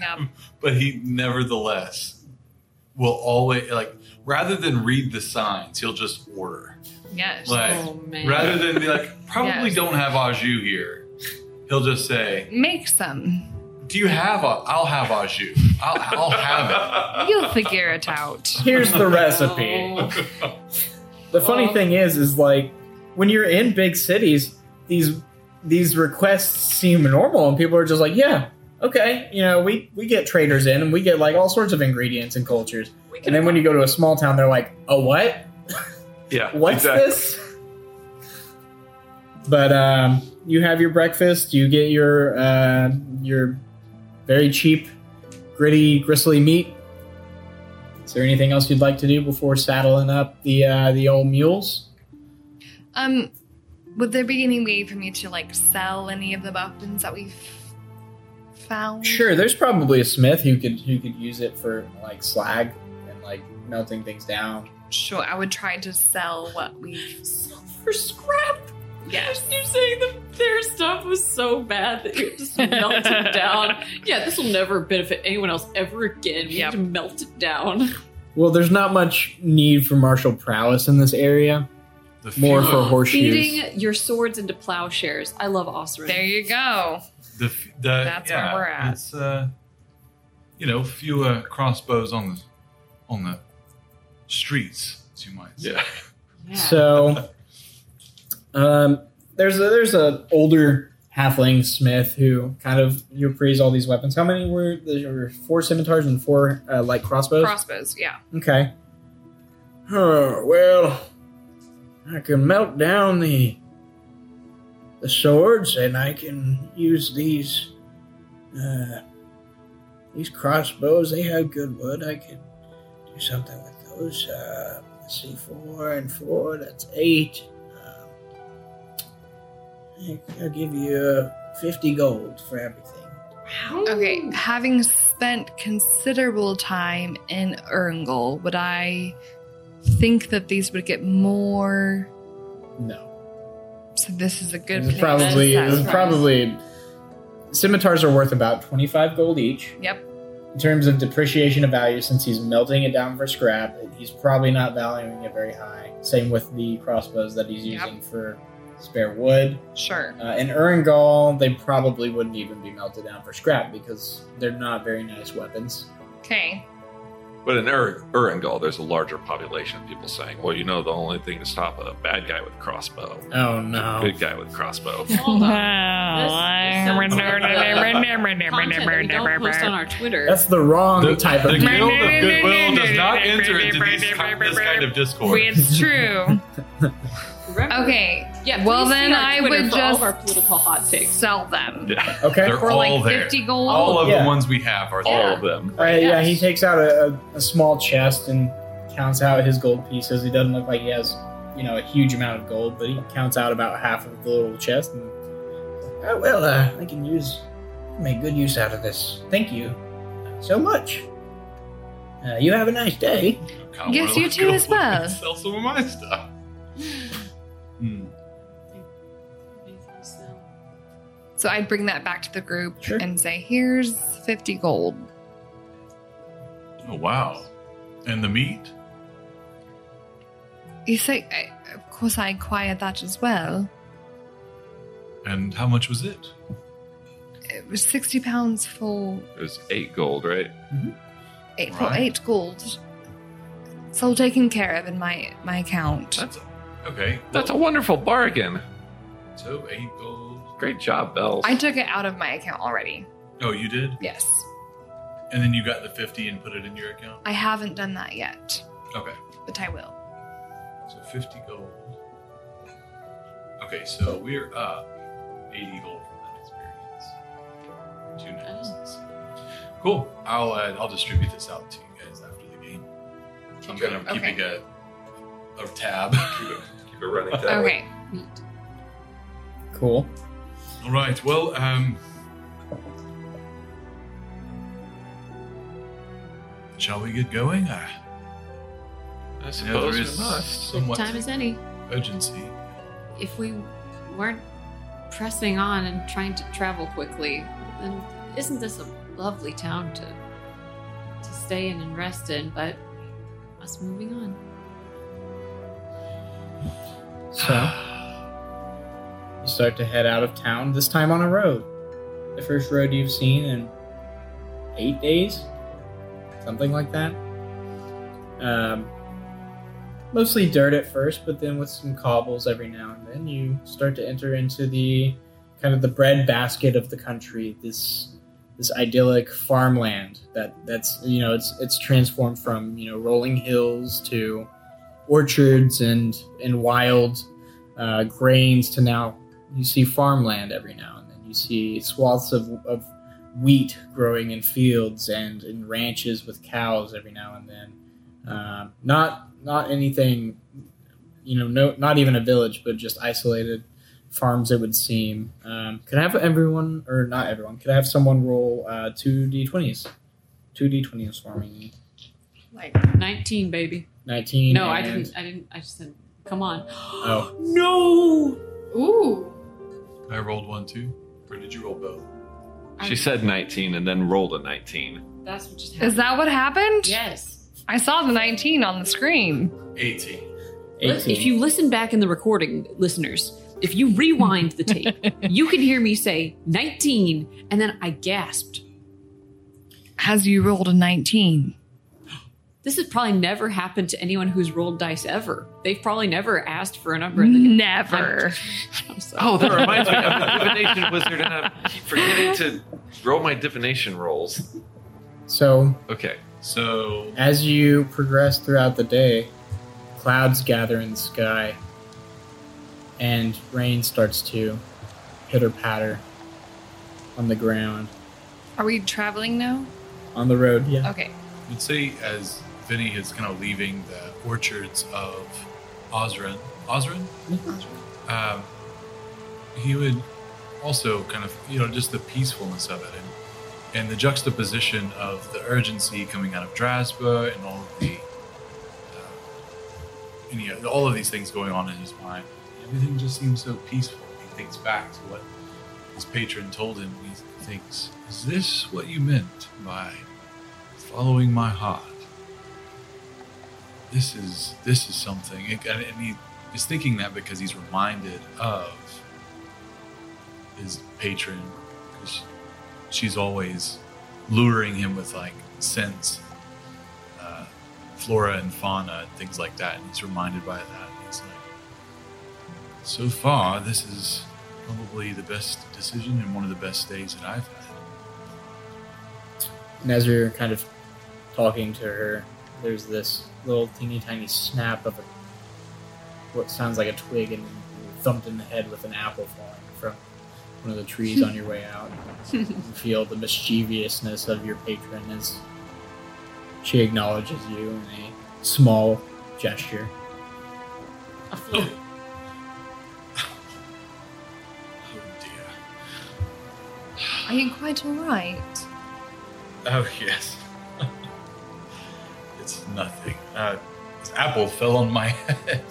Yep.
but he nevertheless will always like rather than read the signs, he'll just order.
Yes.
Like
Oh, man.
rather than be like, probably
Yes.
don't have au jus here. He'll just say,
Make some.
"Do you have a? I'll have au jus. I'll, I'll have
You'll figure it out.
here's the
Oh,
The funny
Oh.
thing is, is like when you're in big cities, these these requests seem normal, and people are just like, "Yeah, okay." You know, we we get traders in, and we get like all sorts of ingredients and cultures. And then when you go to a small town, they're like, "A what?
Yeah,
What's this?" But um, you have your breakfast. You get your uh, your very cheap, gritty, gristly meat. Is there anything else you'd like to do before saddling up the uh, the old mules?
Um, would there be any way for me to like sell any of the weapons that we've found?
Sure, there's probably a smith who could who could use it for like slag and like melting things down.
Sure. I would try to sell what we've.
For scrap.
Yes.
You're saying that their stuff was so bad that it just melted down. Yeah, this will never benefit anyone else ever again. We
Yep.
have to melt it down.
Well, there's not much need for martial prowess in this area.
it." The
More
few-
for horseshoes.
Feeding your swords into plowshares. I love Osrin.
There you go.
the f- the
That's where
yeah,
we're at.
It's uh, you know, fewer crossbows on the on the streets, as you might say.
Yeah.
Yeah.
So, um, there's a, there's a older halfling smith who kind of you appraise all these weapons. How many were there? Were four scimitars and four uh, light crossbows.
Crossbows, yeah.
okay. Oh, well, I can melt down the the swords, and I can use these uh, these crossbows. They have good wood. I can do something with those. Uh, let's see, four and four. That's eight. Um, I- I'll give you uh, fifty gold for everything.
Okay, having spent considerable time in Erngel, would I think that these would get more?
No.
So this is a good
It's
place.
probably
That's-
it's
that's
probably scimitars are worth about 25 gold each
Yep.
in terms of depreciation of value since he's melting it down for scrap he's probably not valuing it very high same with the crossbows that he's
Yep.
using for spare wood
Sure.
uh, in Erangol, they probably wouldn't even be melted down for scrap because they're not very nice weapons
Okay.
But in Ur- Urengul, there's a larger population of people saying, well, you know, the only thing to stop a bad guy with crossbow,
oh
a good guy with crossbow.
Hold on.
This-
Content that we don't post on our Twitter.
that's the wrong
The,
type
the
of
guild of goodwill does not enter into these, this kind of discord.
it's true.
Remember-
Okay.
Yeah.
Well,
please see
then
our
I
Twitter
would
for all of
just-
our political hot takes.
Sell them
okay
They're
for
all
like
there.
fifty gold.
All of
Yeah.
the ones we have are
All
there.
of them.
All right, yeah,
Yes.
he takes out a, a, a small chest and counts out his gold pieces. He doesn't look like he has, you know, a huge amount of gold, but he counts out about half of the little chest. And, oh, well, uh, I can use, make good use out of this. Thank you so much. Uh, you have a nice day.
Kinda
Yes,
wanna
you
look
too
up
as
and
well.
Sell some of my stuff. Hmm.
So I'd bring that back to the group
Sure.
and say, "Here's fifty gold."
Oh wow! And the meat?
You say, I, "Of course, I acquired that as well."
And how much was it?
It was sixty pounds for
It was eight gold, right?
eight for
Right.
eight gold. It's all taken care of in my my account.
That's okay.
That's a wonderful bargain.
So eight gold.
Great job, Bells.
I took it out of my account already.
Oh, you did,
Yes,
and then you got the fifty and put it in your account.
I haven't done that yet,
Okay,
but I will.
so fifty gold. Okay, so we're up eighty gold from that experience. Two notices. Cool. I'll uh, I'll distribute this out to you guys after the game. I'm kind of
Okay.
keeping a a tab.
Keep it running down.
Okay.
Cool.
All right. Well, um, shall we get going? Uh,
I
I know
suppose
there
we
is
must.
somewhat
Time is any.
urgency.
If we weren't pressing on and trying to travel quickly, then isn't this a lovely town to to stay in and rest in? But us moving on.
So you start to head out of town, this time on a road. The first road you've seen in eight days, something like that. Um, mostly dirt at first, but then with some cobbles every now and then, you start to enter into the kind of the bread basket of the country. This this idyllic farmland that that's you know it's it's transformed from you know rolling hills to orchards and and wild uh, grains to now you see farmland every now and then. You see swaths of, of wheat growing in fields and in ranches with cows every now and then. Um, not not anything, you know, no, not even a village, but just isolated farms. It would seem. Um, could I have everyone or not everyone? Could I have someone roll uh, two d twenties? Two d twenties for me.
Like
Nineteen, baby.
Nineteen.
No, I
and-
didn't. I didn't. I just said, come on.
Oh.
no.
ooh.
I rolled one too. Or did you roll both?
She said 19 and then rolled a 19.
That's what just happened.
Is that what happened?
yes.
I saw the 19 on the screen.
Eighteen.
If you listen back in the recording, listeners, If you rewind the tape, you can hear me say 19, and then I gasped.
Has you rolled a 19?
This has probably never happened to anyone who's rolled dice ever. They've probably never asked for a number. And
Mm.
they
Never.
I'm sorry.
Oh, that reminds me. I'm a divination wizard, and I keep forgetting to roll my divination rolls.
So
Okay.
So
As you progress throughout the day, clouds gather in the sky, and rain starts to pitter patter on the ground,
Are we traveling now?
on the road. Yeah.
Okay.
I'd say as Vinny is kind of leaving the orchards of Osrin, Osrin, um, he would also kind of, you know, just the peacefulness of it and, and the juxtaposition of the urgency coming out of Drasba and all of the, uh, and, you know, all of these things going on in his mind. Everything just seems so peaceful. He thinks back to what his patron told him. He thinks, is this what you meant by following my heart? This is this is something, and, and he is thinking that because he's reminded of his patron. 'cause she's always luring him with like scents, uh, flora and fauna, and things like that. And he's reminded by that. And he's like, so far, this is probably the best decision and one of the best days that I've had.
And as you're kind of talking to her, there's this little teeny tiny snap of a, what sounds like a twig, and you're thumped in the head with an apple falling from one of the trees on your way out. you feel the mischievousness of your patron as she acknowledges you in a small gesture.
A flute.
Oh dear.
Are you quite all right?
Oh yes. it's nothing. Uh, this apple fell on my head.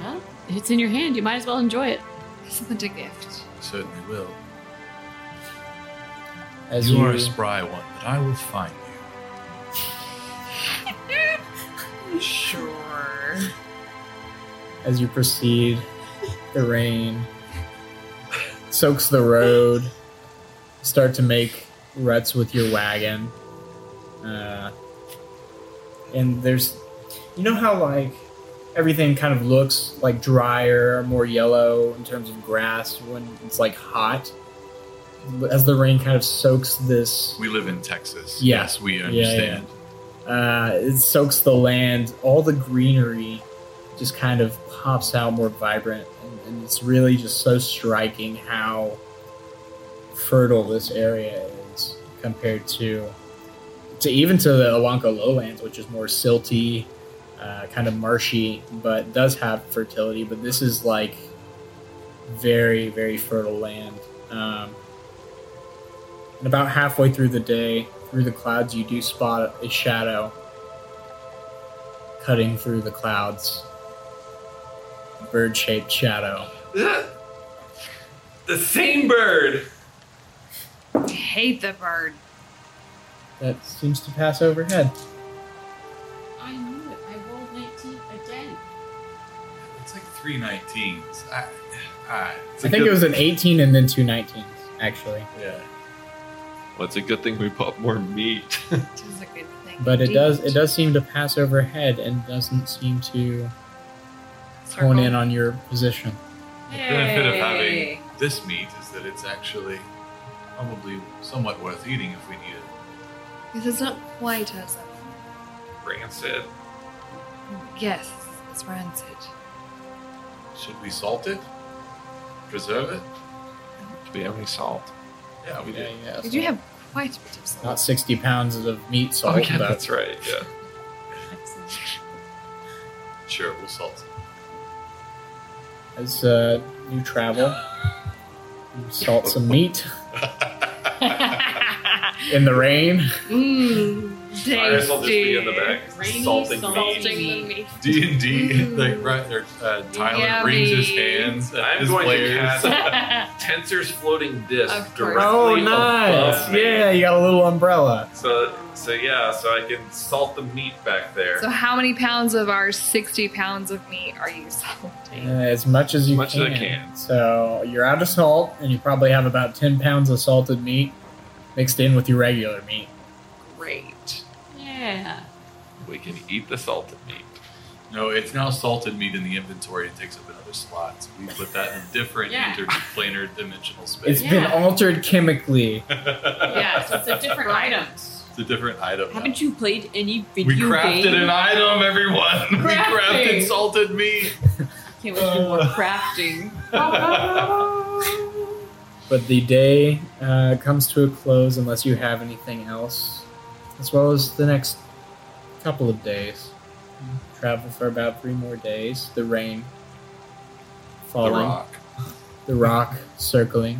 Well, it's in your hand. You might as well enjoy it.
Isn't it a gift?
Certainly will.
As
You
you,
are a spry one, but I will find you.
Sure.
as you proceed, the rain soaks the road. Start to make ruts with your wagon, uh, and there's, you know how like everything kind of looks like drier, more yellow in terms of grass when it's like hot. As the rain kind of soaks this
We live in Texas.
Yeah.
Yes, we
yeah.
understand.
uh, it soaks the land. All the greenery just kind of pops out more vibrant, and, and it's really just so striking how fertile this area is compared to to even to the Alanka lowlands, which is more silty, uh, kind of marshy, but does have fertility. But this is like very, very fertile land. Um, and about halfway through the day, through the clouds, you do spot a shadow cutting through the clouds. Bird shaped shadow.
The same bird.
Hate the bird.
That seems to pass overhead.
I knew it. I rolled 19 again.
It's like three nineteens. I, I,
I think it was an 18 and then two 19s, actually.
Yeah.
Well, it's a good thing we bought more meat.
It is a good thing.
But it does
indeed.
it does seem to pass overhead and doesn't seem to hone in on your position.
The benefit of having
Hey.
this meat is that it's actually probably somewhat worth eating if we need it.
This is not quite as.
Rancid.
Yes, it's rancid.
Should we salt it? Preserve it?
Do we have any salt?
Yeah, Oh, we do.
yeah.
We do have quite a bit of salt.
not 60 pounds of meat salt.
oh, yeah,
but-
that's right. Yeah.
Sure, we'll salt it.
as uh, you travel. You salt some meat. in the rain.
Mmm, tasty.
Iris will just be in the back
Rainy,
salting
salting
meat.
the meat.
D and D, like right there, uh, Tyler
Yummy.
wrings his hands. At
I'm
his
going to
players.
cast Tensor's floating disc
Of course.
directly
Oh, nice!
above me.
Yeah, you got a little umbrella.
So, so yeah, so I can salt the meat back there.
So, how many pounds of our 60 pounds of meat are you salting?
Uh, As much as you
Much as
can.
I can.
So you're out of salt, and you probably have about ten pounds of salted meat mixed in with your regular meat.
Great.
Yeah.
we can eat the salted meat.
No, it's now salted meat in the inventory. It takes up another slot. So we put that in a different
Yeah.
interplanar dimensional
It's
space.
Yeah.
been altered chemically.
Yeah, so it's a different item.
It's a different item. now.
Haven't you played any video
we crafted
game?
an item, everyone. we
Crafting.
crafted salted meat.
Can't wait to do more
Uh.
crafting.
But the day uh, comes to a close unless you have anything else, as well as the next couple of days. You travel for about three more days. The rain
The
falling,
rock.
the rock circling.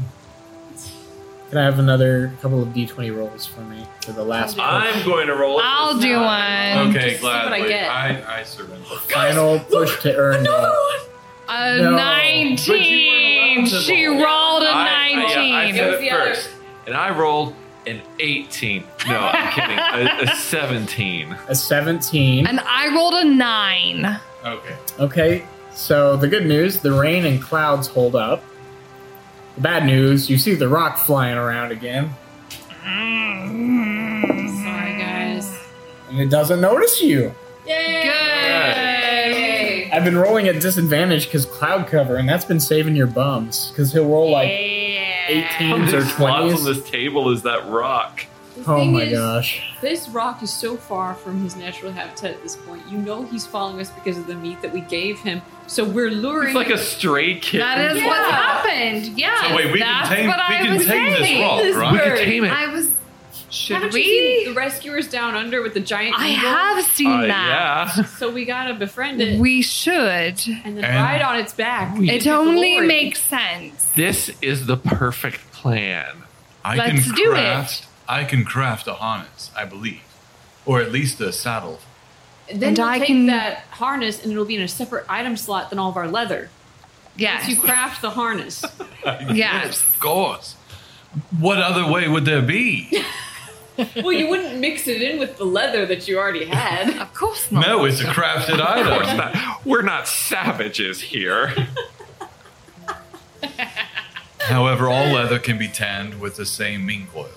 Can I have another couple of d20 rolls for me for the last
I'm going to roll it.
I'll
this
do
time.
one.
Okay,
just see what I
gladly.
get.
I, I surrender.
final push to earn gold.
A
No.
19.
But you weren't allowed to
Uh, She
roll.
rolled a
I- I-
19.
yeah, I
It was
said
the
it
other-
first. And I rolled an 18. No, I'm kidding. A, a 17.
A 17.
and I rolled a 9.
Okay.
Okay, so the good news the rain and clouds hold up. The bad news you see the rock flying around again,
Sorry, guys.
Oh
and it doesn't notice you.
Yay!
Good.
I've been rolling at disadvantage because cloud cover, and that's been saving your bums because he'll roll like
How
18s
many
or
slots on
20s.
this table is that rock?
The
Oh
thing
my
is,
gosh.
This rock is so far from his natural habitat at this point. You know he's following us because of the meat that we gave him. So we're luring.
It's like a stray kitten. Uh,
That is
Yeah.
what's happened. Yeah.
So wait, we can
that's
tame,
what I
we can
was
tame this
saying.
rock,
This
right?
we could tame it.
I was. Should
Haven't you seen
we?
the rescuers down under with the giant.
I
eagle?
have seen
Uh,
that.
yeah.
So we gotta befriend it
We should.
and then
And-
ride on its back.
It
into
It only
glory.
makes sense.
This is the perfect plan.
I
Let's
can
do it.
craft, I can craft a harness, I believe, or at least a saddle.
Then
And
we'll
I
take
can-
that harness and it'll be in a separate item slot than all of our leather.
Yes.
Once you craft the harness.
Yes.
of course. What other way would there be?
well, you wouldn't mix it in with the leather that you already had.
Of course not.
no, it's a crafted
Of course
item.
not. We're not savages here.
However, all leather can be tanned with the same mink oil.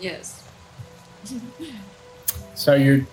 Yes.
So you're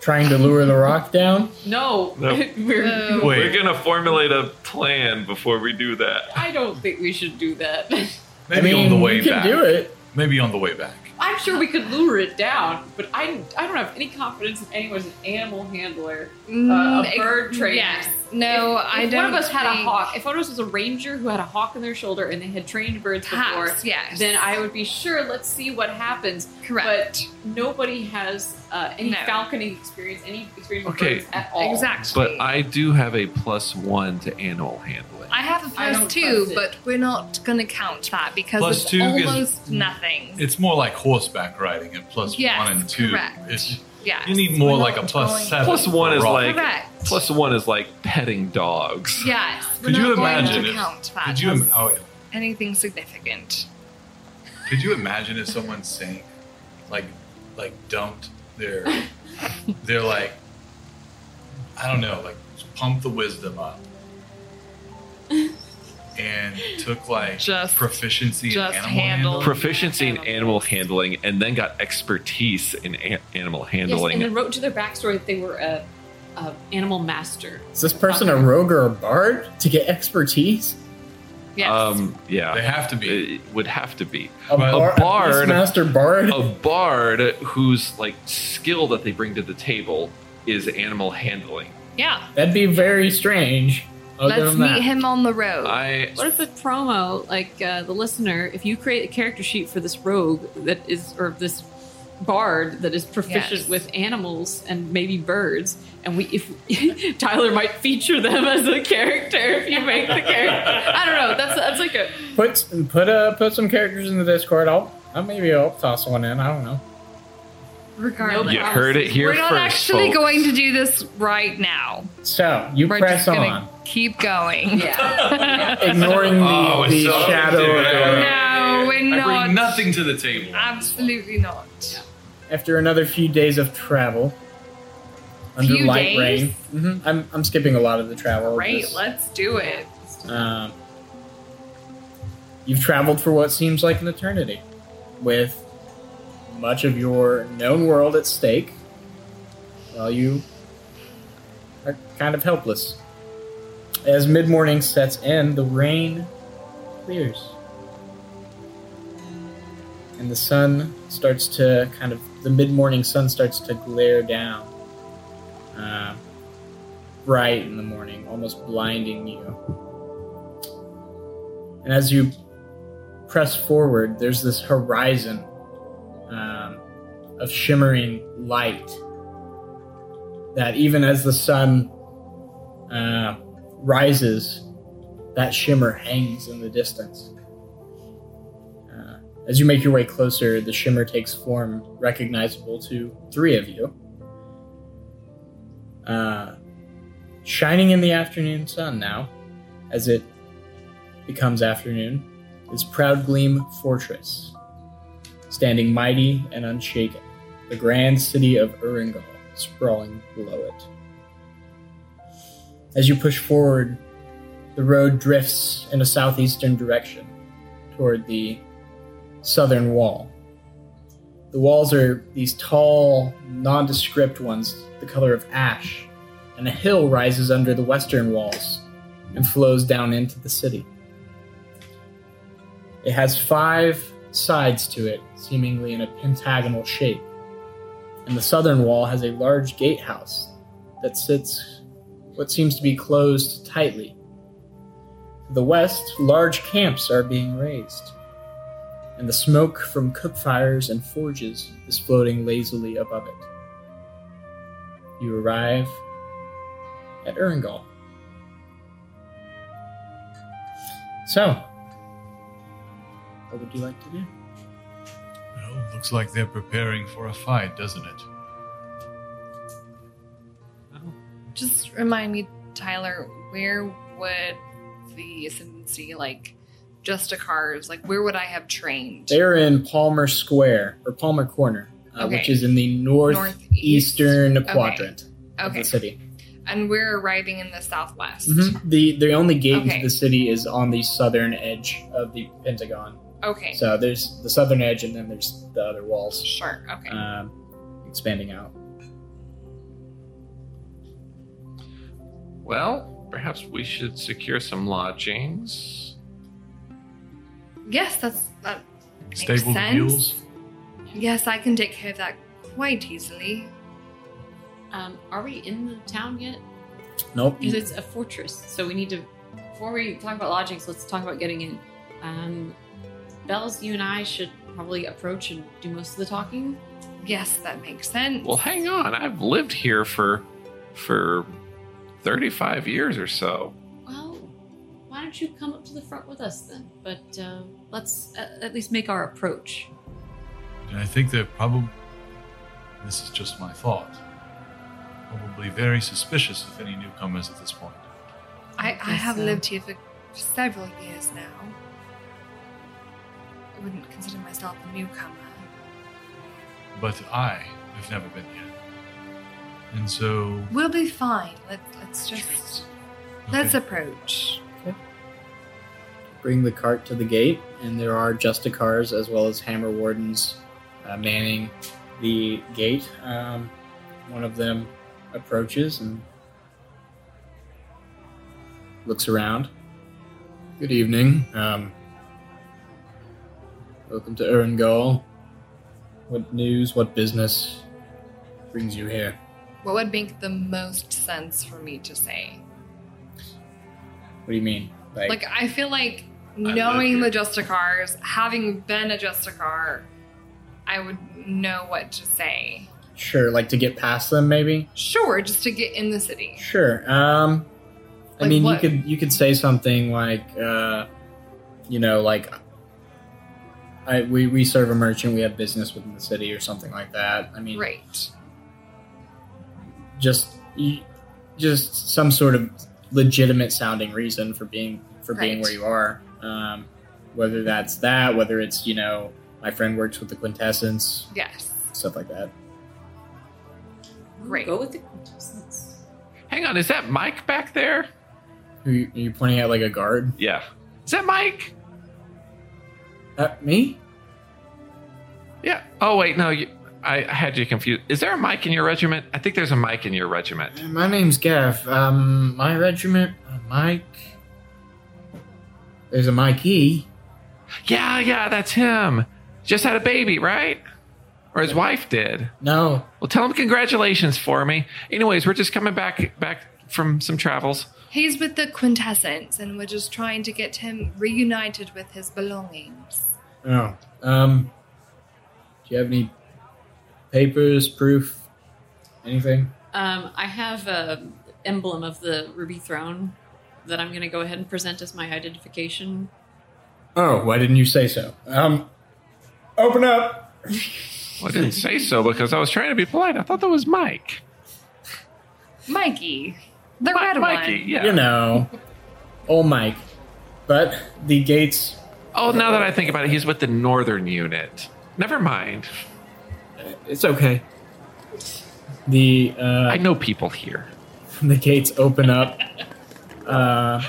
trying to lure the rock down?
No.
No.
We're,
No.
Wait.
We're gonna formulate a plan before we do that.
I don't think we should do that.
Maybe
I mean,
on the way
you can
back.
do it.
Maybe on the way back.
I'm sure we could lure it down, but I, I don't have any confidence in anyone's an animal handler, uh,
Mm,
a bird
ex-
trainer.
Yes. No,
If
I don't.
One of us had a
think-
hawk. If one of us was a ranger who had a hawk on their shoulder and they had trained birds before,
Perhaps, yes.
then I would be sure. Let's see what happens.
Correct.
But nobody has uh, any
No.
falconing experience, any experience with
Okay.
birds at all.
Exactly.
But I do have a plus one to animal handling.
I have a
I don't
plus two,
trust it.
but we're not going to count that because
Plus
it's
two is-
almost nothing.
It's more like horseback riding at plus
Yes,
one and two.
correct.
It's-
Yes.
you need
We're
more like a
not
plus
going-
seven.
Plus one
for
is
rock.
like
Correct.
plus one is like petting dogs.
Yes. We're
Could
not
you
going
imagine
to
if-
count that
Could you,
as
im- oh,
anything significant?
could you imagine if someone sank, like, like dumped their, they're like, I don't know, like pump the wisdom up, and took like
Just-
proficiency
just
in animal
handle.
handling.
Proficiency in animal handling, and then got expertise in an- animal
Yes,
handling.
and then wrote to their backstory that they were a, a animal master.
Is this person a rogue or a bard to get expertise?
Yes.
Um, yeah,
They have to be.
it would have to be
A,
Well, Oh.
bar-
bard-
master bard?
a bard whose like skill that they bring to the table is animal handling.
yeah.
That'd be very strange. I'll give
Let's
him
meet
that.
him on the road.
I
What if the promo, like uh, the listener, if you create a character sheet for this rogue that is, or this bard that is proficient
Yes.
with animals and maybe birds, and we, if Tyler might feature them as a character if you make the character. I don't know. That's that's like a
Put put uh, put some characters in the Discord. I'll Uh, maybe I'll toss one in. I don't know.
Regardless.
Nope.
You heard it here
Um, We're not
first,
actually
folks.
going to do this right now.
So you
We're just
press
gonna
on,
keep going.
Yeah.
ignoring the,
Oh, it's
the
so
shadow. of
good.
the-
No, we're
I
not.
bring nothing to the table.
Absolutely not.
after another few days of travel under
Few
light
days?
rain. hmm I'm, I'm skipping a lot of the travel.
Great,
just,
let's do it.
um, you've traveled for what seems like an eternity, with much of your known world at stake. While you are kind of helpless. As mid morning sets in, the rain clears. And the sun starts to kind of, the mid morning sun starts to glare down. Uh, bright in the morning, almost blinding you. And as you press forward, there's this horizon um, of shimmering light that even as the sun uh, rises, that shimmer hangs in the distance. Uh, as you make your way closer, the shimmer takes form recognizable to three of you. Uh, shining in the afternoon sun now, as it becomes afternoon, is Proud Gleam Fortress, standing mighty and unshaken, the grand city of Uringal sprawling below it. As you push forward, the road drifts in a southeastern direction toward the southern wall. The walls are these tall, nondescript ones, the color of ash, and a hill rises under the western walls and flows down into the city. It has five sides to it, seemingly in a pentagonal shape, and the southern wall has a large gatehouse that sits what seems to be closed tightly. To the west, large camps are being raised, and the smoke from cook fires and forges is floating lazily above it. You arrive at Erengol. So, what would you like to do?
Well, looks like they're preparing for a fight, doesn't it?
Just remind me, Tyler, where would the ascendancy, like Justicars, like where would I have trained?
They're in Palmer Square or Palmer Corner, uh, which
Okay.
is in the north eastern quadrant of
Okay,
the city.
and we're arriving in the southwest.
Mhm. The the only gate
Okay.
into the city is on the southern edge of the Pentagon.
Okay,
So there's the southern edge, and then there's the other walls.
sure. Okay,
um, expanding out.
Well, perhaps we should secure some lodgings.
yes, that's that. Makes
Stable
sense.
mules.
Yes, I can take care of that quite easily.
Um, are we in the town yet?
Nope.
Because it's a fortress, so we need to. Before we talk about lodgings, let's talk about getting in. Um, Bells, you and I should probably approach and do most of the talking.
Yes, that makes sense.
Well, hang on. I've lived here for for 35 years or so.
Well, why don't you come up to the front with us then? But uh, let's a- at least make our approach.
And I think they're probably, this is just my thought, probably very suspicious of any newcomers at this point.
I, I have
so.
lived here for several years now. I wouldn't consider myself a newcomer.
But I have never been here. And so.
We'll be fine. Let, let's just let's
okay.
approach.
Bring the cart to the gate, and there are justicars as well as hammer wardens uh, manning the gate. Um, one of them approaches and looks around. Good evening. Um, welcome to Erengol. What news? What business brings you here?
What would make the most sense for me to say?
What do you mean?
Like I feel like
live
knowing the
here.
Justicars, having been a Justicar, I would know what to say.
sure, like to get past them, maybe.
Sure, just to get in the city.
Sure. Um, I
Like
mean,
what?
you could you could say something like, uh, you know, like I, we, we serve a merchant, we have business within the city or something like that. I mean,
Right.
just y- just some sort of legitimate sounding reason for being for being
Right.
where you are. Um, whether that's that, whether it's you know my friend works with the quintessence,
Yes.
stuff like that.
Right.
Go with the quintessence.
Hang on, is that Mike back there?
Who you, you pointing at like a guard?
Yeah. Is that Mike?
At Uh, me?
Yeah. Oh wait, no. You, I I had you confused. Is there a Mike in your regiment? I think there's a Mike in your regiment.
My name's Gav. Um, my regiment, uh, Mike. There's a Mikey.
Yeah, yeah, that's him. Just had a baby, right? Or his wife did.
No,
Well, tell him congratulations for me. Anyways, we're just coming back back from some travels.
He's with the quintessence, and we're just trying to get him reunited with his belongings.
Oh. Um. Do you have any papers, proof, anything?
Um, I have a emblem of the Ruby Throne that I'm going to go ahead and present as my identification.
Oh, why didn't you say so? Um. Open up.
Well, I didn't say so because I was trying to be polite. I thought that was Mike.
Mikey. The
Mi-
red
Mikey,
one.
yeah.
You know, old Mike. But the gates.
Oh, now that I think about it, he's with the northern unit. Never mind.
It's okay. The
I
uh,
know people here.
the gates open up. Uh,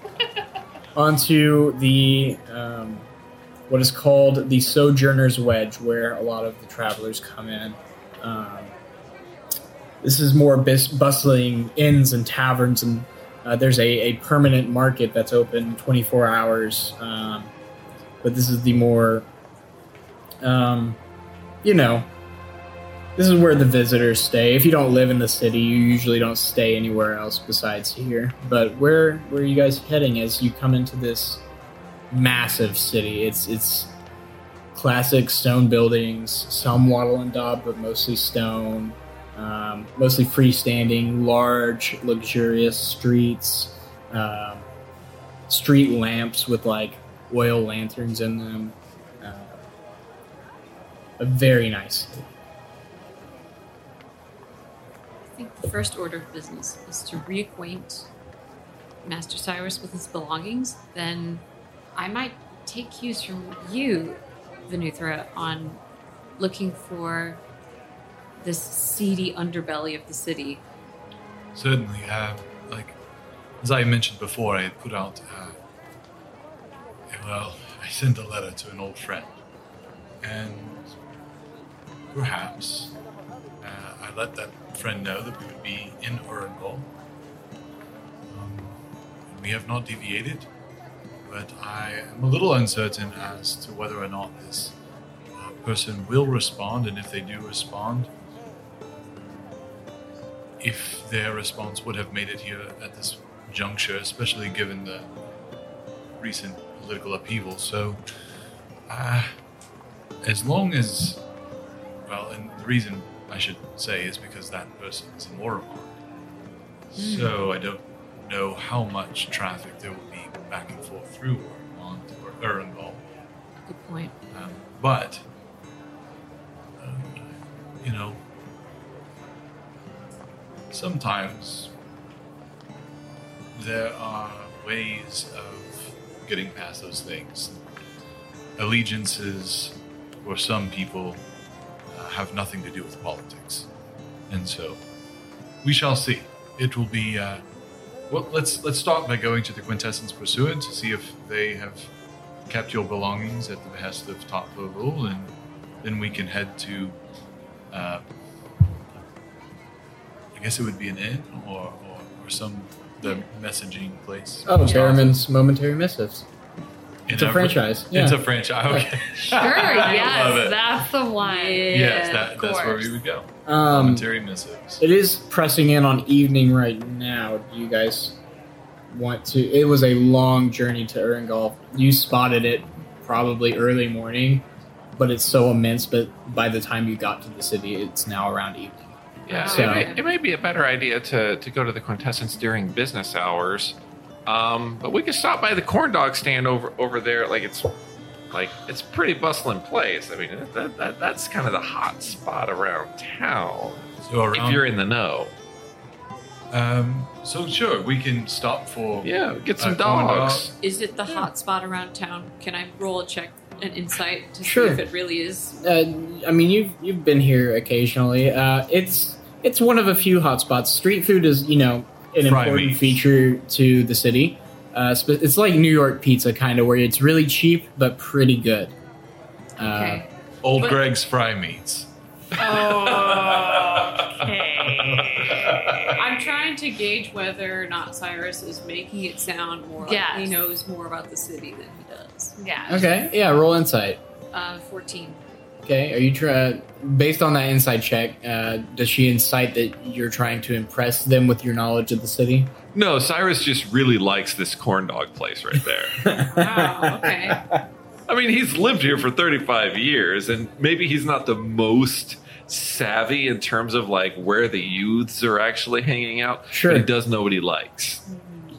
onto the um, what is called the Sojourner's Wedge, where a lot of the travelers come in. Um, this is more bis- bustling inns and taverns, and uh, there's a, a permanent market that's open 24 hours. Um, but this is the more, um, you know, this is where the visitors stay. If you don't live in the city, you usually don't stay anywhere else besides here. But where where are you guys heading as you come into this massive city? It's it's classic stone buildings, some wattle and daub, but mostly stone. Um, mostly freestanding, large, luxurious streets, um, street lamps with like oil lanterns in them. Uh, a very nice city.
I think the first order of business is to reacquaint Master Cyrus with his belongings. Then I might take cues from you, Venuthra, on looking for this seedy underbelly of the city.
Certainly, uh, like as I mentioned before, I put out. Uh, well, I sent a letter to an old friend, and perhaps uh, I let that friend know that we would be in Urangol. Um, we have not deviated, but I am a little uncertain as to whether or not this uh, person will respond, and if they do respond, if their response would have made it here at this juncture, especially given the recent political upheaval. So, uh, as long as, well, and the reason I should say is because that person is in Oromar. So I don't know how much traffic there will be back and forth through Oromar or Erangol.
Good point.
Um, but, uh, you know, sometimes there are ways of getting past those things. Allegiances, for some people, uh, have nothing to do with politics. And so, we shall see. It will be. Uh, well, let's let's start by going to the Quintessence Pursuant to see if they have kept your belongings at the behest of Top Level, and then we can head to. Uh, I guess it would be an inn or, or, or some the messaging place.
Oh, Behrman's Momentary Missives.
In
It's a
every-
franchise. Yeah.
It's a franchise. Okay.
Sure, yes.
love it.
That's the one.
yes, that,
of
that's where
course.
we would go.
um,
Momentary missives.
it is pressing in on evening right now. Do you guys want to? It was a long journey to Erangolf. You spotted it probably early morning, but it's so immense. But by the time you got to the city, it's now around evening.
Yeah,
So-
it, may, it may be a better idea to, to go to the quintessence during business hours. Um, but we could stop by the corn dog stand over over there. Like it's Like it's a pretty bustling place. I mean, that, that, that's kind of the hot spot around town.
So around,
If you're in the know,
um, so sure, we can stop for.
yeah, get some
Uh, corn
dogs.
Is it the hot spot around town? Can I roll a check, an insight to
Sure.
see if it really is?
Uh, I mean, you've you've been here occasionally. Uh, it's it's one of a few hotspots. Street food is you know an
Fried
important
meats.
feature to the city. Uh, sp- it's like New York pizza, kind of where it's really cheap but pretty good.
Okay.
Old
But-
Greg's fry meats.
I- I'm trying to gauge whether or not Cyrus is making it sound more like
Yes.
he knows more about the city than he does.
Yeah.
Uh, okay, yeah, roll insight.
Uh, 14.
Okay, are you try uh, based on that insight check? Uh, does she incite that you're trying to impress them with your knowledge of the city?
No, Cyrus just really likes this corn dog place right there.
Wow, okay.
I mean, he's lived here for 35 years, and maybe he's not the most savvy in terms of like where the youths are actually hanging out.
Sure.
But he does know what he likes.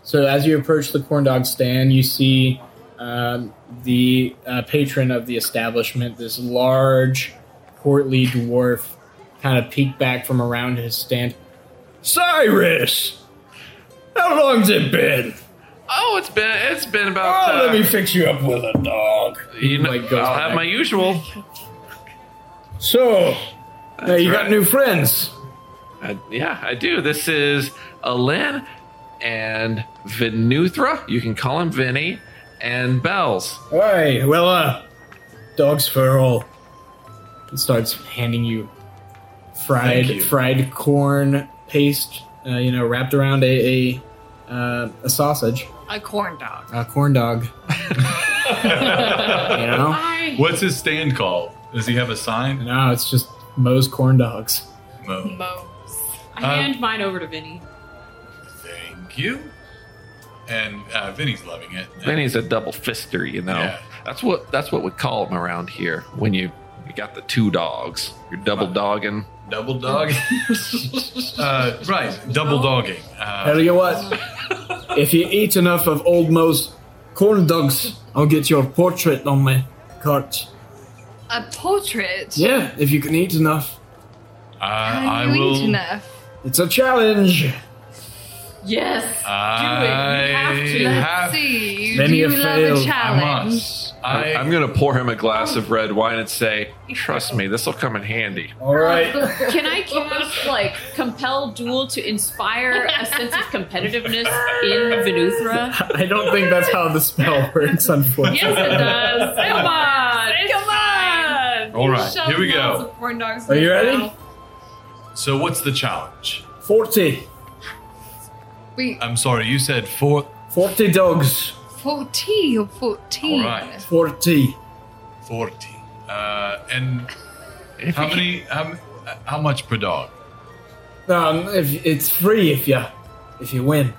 So as you approach the corn dog stand, you see um, the uh, patron of the establishment, this large, portly dwarf, kind of peek back from around his stand. Cyrus, how long's it been?
Oh, it's been it's been about.
Oh,
uh,
let me fix you up with a dog.
you know,
Like, goes
I'll have
back.
my usual.
So, now you
right.
got new friends.
I, yeah, I do. This is Alan and Vinuthra. You can call him Vinny and Bells.
All right, well, uh, dogs for all. He starts handing you fried
Thank you.
fried corn paste, uh, you know, wrapped around a a, uh, a sausage,
A corn dog.
a corn dog. you know,
I
What's his stand called? Does he have a sign?
no, it's just Moe's corn dogs.
No.
I hand mine over to Vinny.
Thank you. And uh, Vinny's loving it.
Vinny's a double fister, you know.
Yeah.
That's what that's what we call him around here. When you you got the two dogs, you're double dogging.
double dog. uh, right, double dogging.
Tell
Uh,
you what, if you eat enough of old Moe's corn dogs, I'll get your portrait on my cart.
A portrait.
Yeah, if you can eat enough,
I, I
How do you eat
will.
enough?
it's a challenge.
Yes.
Uh. I
Do it. You have
Let's
have.
to.
see.
Then
do
you
you love
failed.
a
I
challenge?
must.
I, am
I,
gonna pour him a glass of red wine and say, "Trust me, this will come in handy."
All right.
Can I cast like compel duel to inspire a sense of competitiveness in Venuthra?
I don't think that's how the spell works, unfortunately.
Yes, it does. Come on, come on.
all right, Oh, here we go.
Are you ready?
So, what's the challenge?
40.
Wait,
I'm sorry, you said four.
40 dogs.
40 or 14?
All right.
40.
40. Uh, and how many? How, m- how much per dog?
Um, if, it's free if you if you win.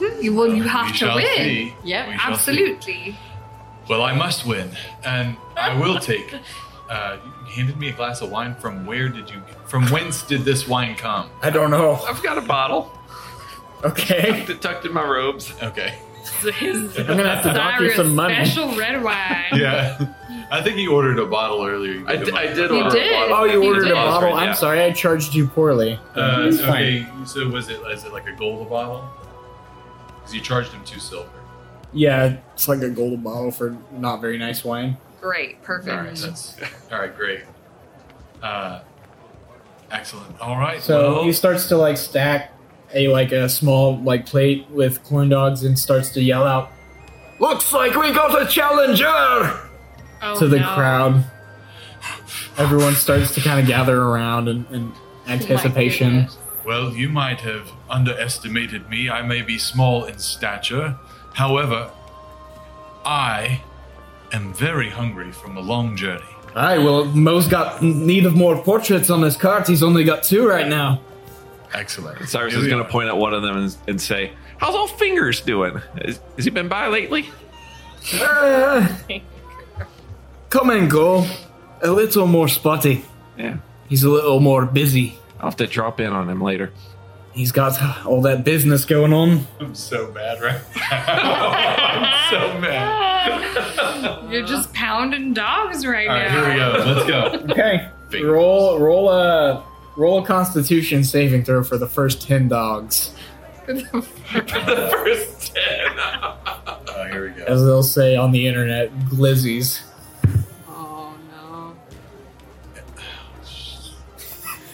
You, well, you have
We
to
shall
win.
see.
Yep,
We shall see.
Absolutely.
Well, I must win, and I will take. Uh, you handed me a glass of wine. From where did you? From whence did this wine come?
I don't know.
I've got a bottle
Okay.
tucked in my robes.
Okay.
I'm going to have to dock you some money.
Special red wine.
Yeah. I think he ordered a bottle earlier.
I, d- I did
You
order
did.
a bottle.
Oh, you
You
ordered a
did.
bottle. I'm
Yeah.
sorry, I charged you poorly.
Uh,
It's fine.
okay. So was it? Is it like a gold bottle? Because you charged him two silver.
Yeah, it's like a golden bottle for not very nice wine.
Great. Perfect.
All right. That's all right. Great. Uh, excellent. All right.
So
well,
he starts to like stack a like a small like plate with corn dogs and starts to yell out, "Looks like we got a challenger!"
Oh,
to the
no.
crowd. Everyone starts to kind of gather around in, in anticipation.
Well, you might have underestimated me. I may be small in stature. However, I am very hungry from a long journey.
Aye, well, Mo's got n- need of more portraits on his cart. He's only got two right now.
Excellent.
Cyrus
Here
is
we
gonna
are.
point at one of them and, and say, "How's old fingers doing? Is, has he been by lately?"
Ah. come and go. A little more spotty.
Yeah,
He's a little more busy.
I'll have to drop in on him later.
He's got all that business going on.
I'm so mad right now. I'm so mad.
You're just pounding dogs right
All right,
now.
here we go. Let's go.
Okay.
Fingers.
Roll roll a roll a Constitution saving throw for the first ten dogs,
the first ten.
Oh, here we go.
as they'll say on the internet, glizzies.
Oh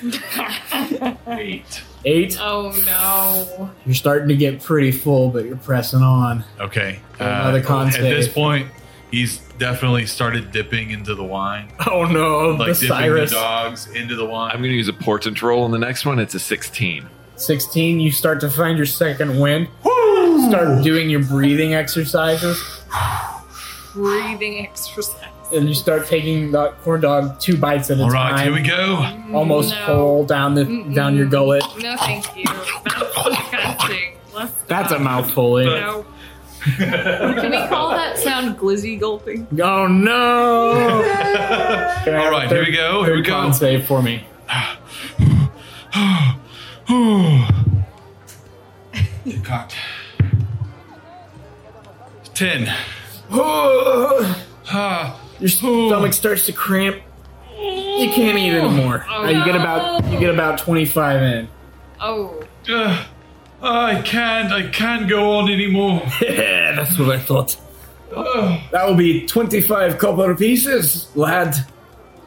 no.
Eight.
Eight.
Oh no.
You're starting to get pretty full, but you're pressing on.
Okay. uh,
Another con
at this
save.
point, he's definitely started dipping into the wine,
Oh no, the
like dipping
Cyrus.
the dogs into the wine.
I'm going to use a portent roll on the next one. It's a 16.
16, you start to find your second wind. Start doing your breathing exercises,
Breathing exercise.
and you start taking the corn dog two bites at a
All right,
time,
here we go.
almost
No.
whole down the down your gullet.
No, thank you. That's disgusting. Let's
That's a
stop.
mouthful. eh?
No.
Can we call that sound glizzy gulping?
Oh no! Can I have
All
a
right, here we go, here we
third con
go.
Save for me.
Cocked. Ten. Ah,
Your stomach starts to cramp. You can't eat anymore. Uh, you get about you get about 25 in.
Oh.
uh, I can't. I can't go on anymore.
Yeah, Eh, that's what I thought.
Uh,
That will be 25 copper pieces, lad.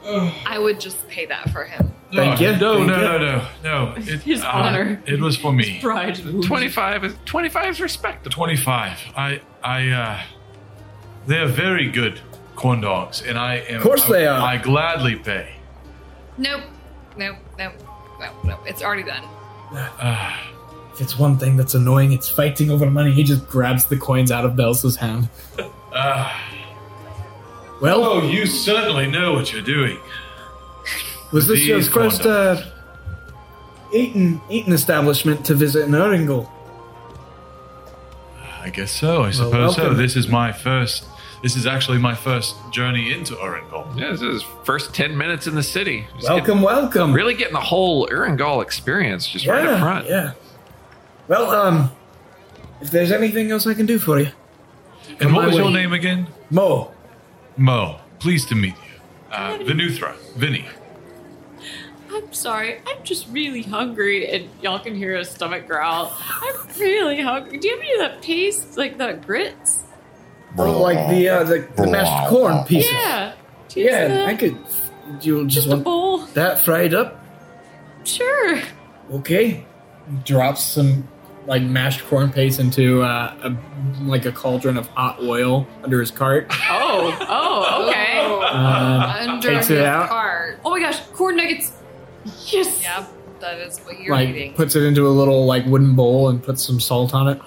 I would just pay that for him.
Thank
no,
you,
No,
thank
no,
you.
no, no, no. It, uh,
His honor.
It was for me.
Pride.
25 is 25 is respectable.
Twenty-five. I, I, uh, they are very good corn dogs, and I am.
Of course they are.
I gladly pay.
Nope. Nope. Nope. Nope. Nope. It's already done.
Uh,
If it's one thing that's annoying, it's fighting over money. He just grabs the coins out of Belsa's hand.
uh,
Well,
oh, you certainly know what you're doing.
was this
these
your first uh,
condoms.
eating eating establishment to visit in Erringal?
I guess so. I suppose so.
welcome.
This is my first. This is actually my first journey into Orangol.
Yeah, this is first 10 minutes in the city. Just
Welcome, welcome.
Getting, really getting the whole Erangol experience just right up front.
Yeah. Well, um, if there's anything else I can do for you,
And
my
what was your
way.
name again?
Mo.
Mo. Pleased to meet you. Uh, Vinuthra. Vinny.
I'm sorry. I'm just really hungry, and y'all can hear a stomach growl. I'm really hungry. Do you have any of that paste, like that grits?
Oh, like the uh, the, the mashed corn pieces.
Yeah. Do you have
Yeah,
that?
I could. You just
Just a
want
bowl.
that fried up?
Sure.
Okay. Drops some like mashed corn paste into uh, a, like a cauldron of hot oil under his cart.
Oh. Oh. Okay.
Um,
Under
Takes it
his
out.
cart.
Oh my gosh, corn nuggets. Yes.
Yep. That is what you're
like
eating.
puts it into a little like wooden bowl and puts some salt on it.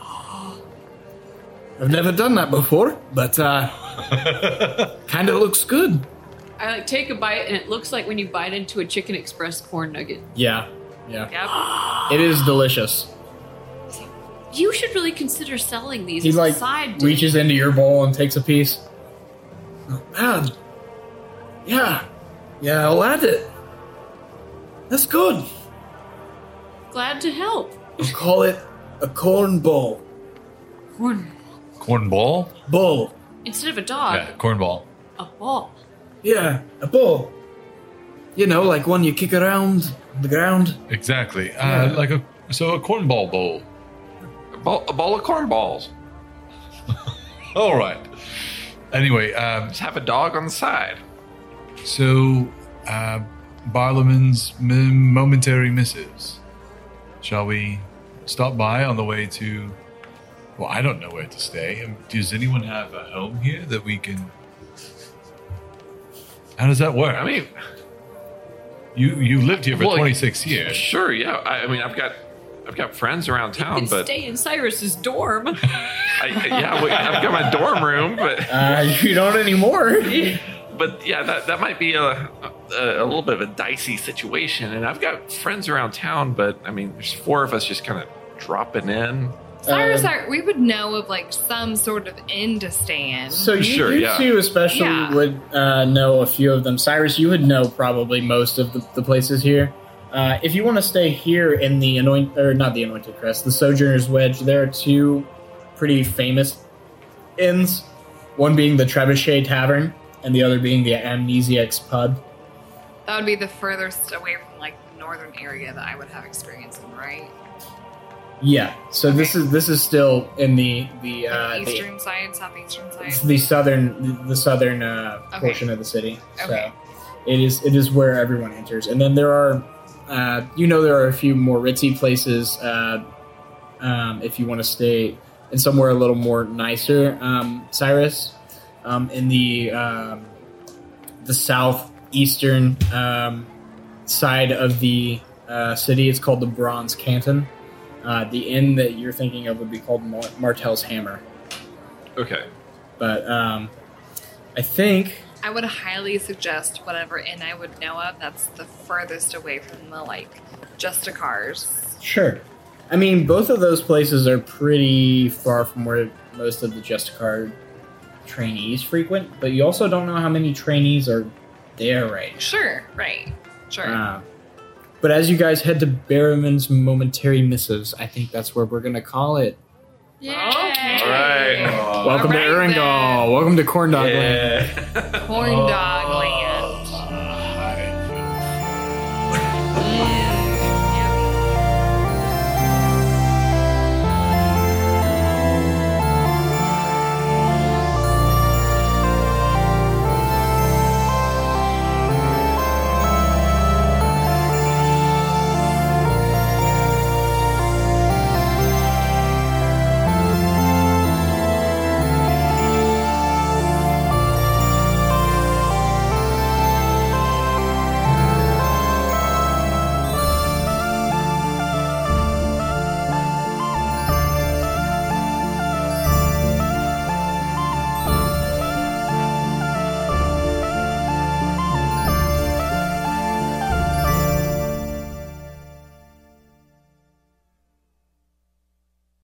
I've never done that before, but uh, kind of looks good.
I like take a bite, and it looks like when you bite into a Chicken Express corn nugget.
Yeah, yeah,
Yep.
it is delicious.
You should really consider selling these
He
as
like
a side dish.
reaches into your bowl and takes a piece. Oh, man. Yeah, yeah, I'll add it. That's good.
Glad to help.
We'll call it a corn bowl.
Corn
Cornball?
Bowl.
instead of a dog,
Yeah, cornball.
a ball.
Yeah, a bowl. You know, like one you kick around the ground.
Exactly. Uh, Like a so a cornball bowl.
A, bowl, a bowl of corn balls.
All right. Anyway, um,
Just have a dog on the side.
so uh, Barlaman's m- momentary missives. Shall we stop by on the way to? Well, I don't know where to stay. Um, Does anyone have a home here that we can? How does that work?
I mean,
you you lived here for
Well,
26 years.
sure, yeah. I, I mean, I've got I've got friends around
You
town,
can
Oh, but
stay in Cyrus's dorm.
I, yeah, well, I've got my dorm room, but
Uh, you don't anymore.
but yeah, that, that might be a, a a little bit of a dicey situation. And I've got friends around town, but I mean, there's four of us just kind of dropping in.
Cyrus,
Um,
Art, we would know of like some sort of end to stand.
So you,
Sure,
you
yeah.
two especially
Yeah.
would uh, know a few of them. Cyrus, you would know probably most of the, the places here. Uh, if you want to stay here in the anoint or not the anointed crest, the Sojourner's Wedge, there are two pretty famous inns. One being the Trebuchet Tavern, and the other being the Amnesiacs Pub.
That would be the furthest away from like the northern area that I would have experience in, right?
Yeah. So this is this is still in the the uh,
Like,
the,
eastern side, southeastern side.
it's the southern the southern uh,
Okay.
portion of the city.
Okay.
So it is it is where everyone enters, and then there are uh, you know there are a few more ritzy places uh, um, if you want to stay in somewhere a little more nicer. Um, Cyrus um, in the um, the southeastern um, side of the uh, city. It's called the Bronze Canton. Uh, the inn that you're thinking of would be called Mar- Martell's Hammer.
Okay.
But um, I think
I would highly suggest whatever inn I would know of that's the furthest away from the like just a cars.
sure. I mean, both of those places are pretty far from where most of the Justicar trainees frequent. But you also don't know how many trainees are there right
Sure, right. Sure.
Uh, but as you guys head to Barrowman's momentary missives, I think that's where we're gonna call it.
All right.
Welcome
Alright
to
then.
Erangel. Welcome to Corndog Land.
Yeah.
Corn dog.
Oh.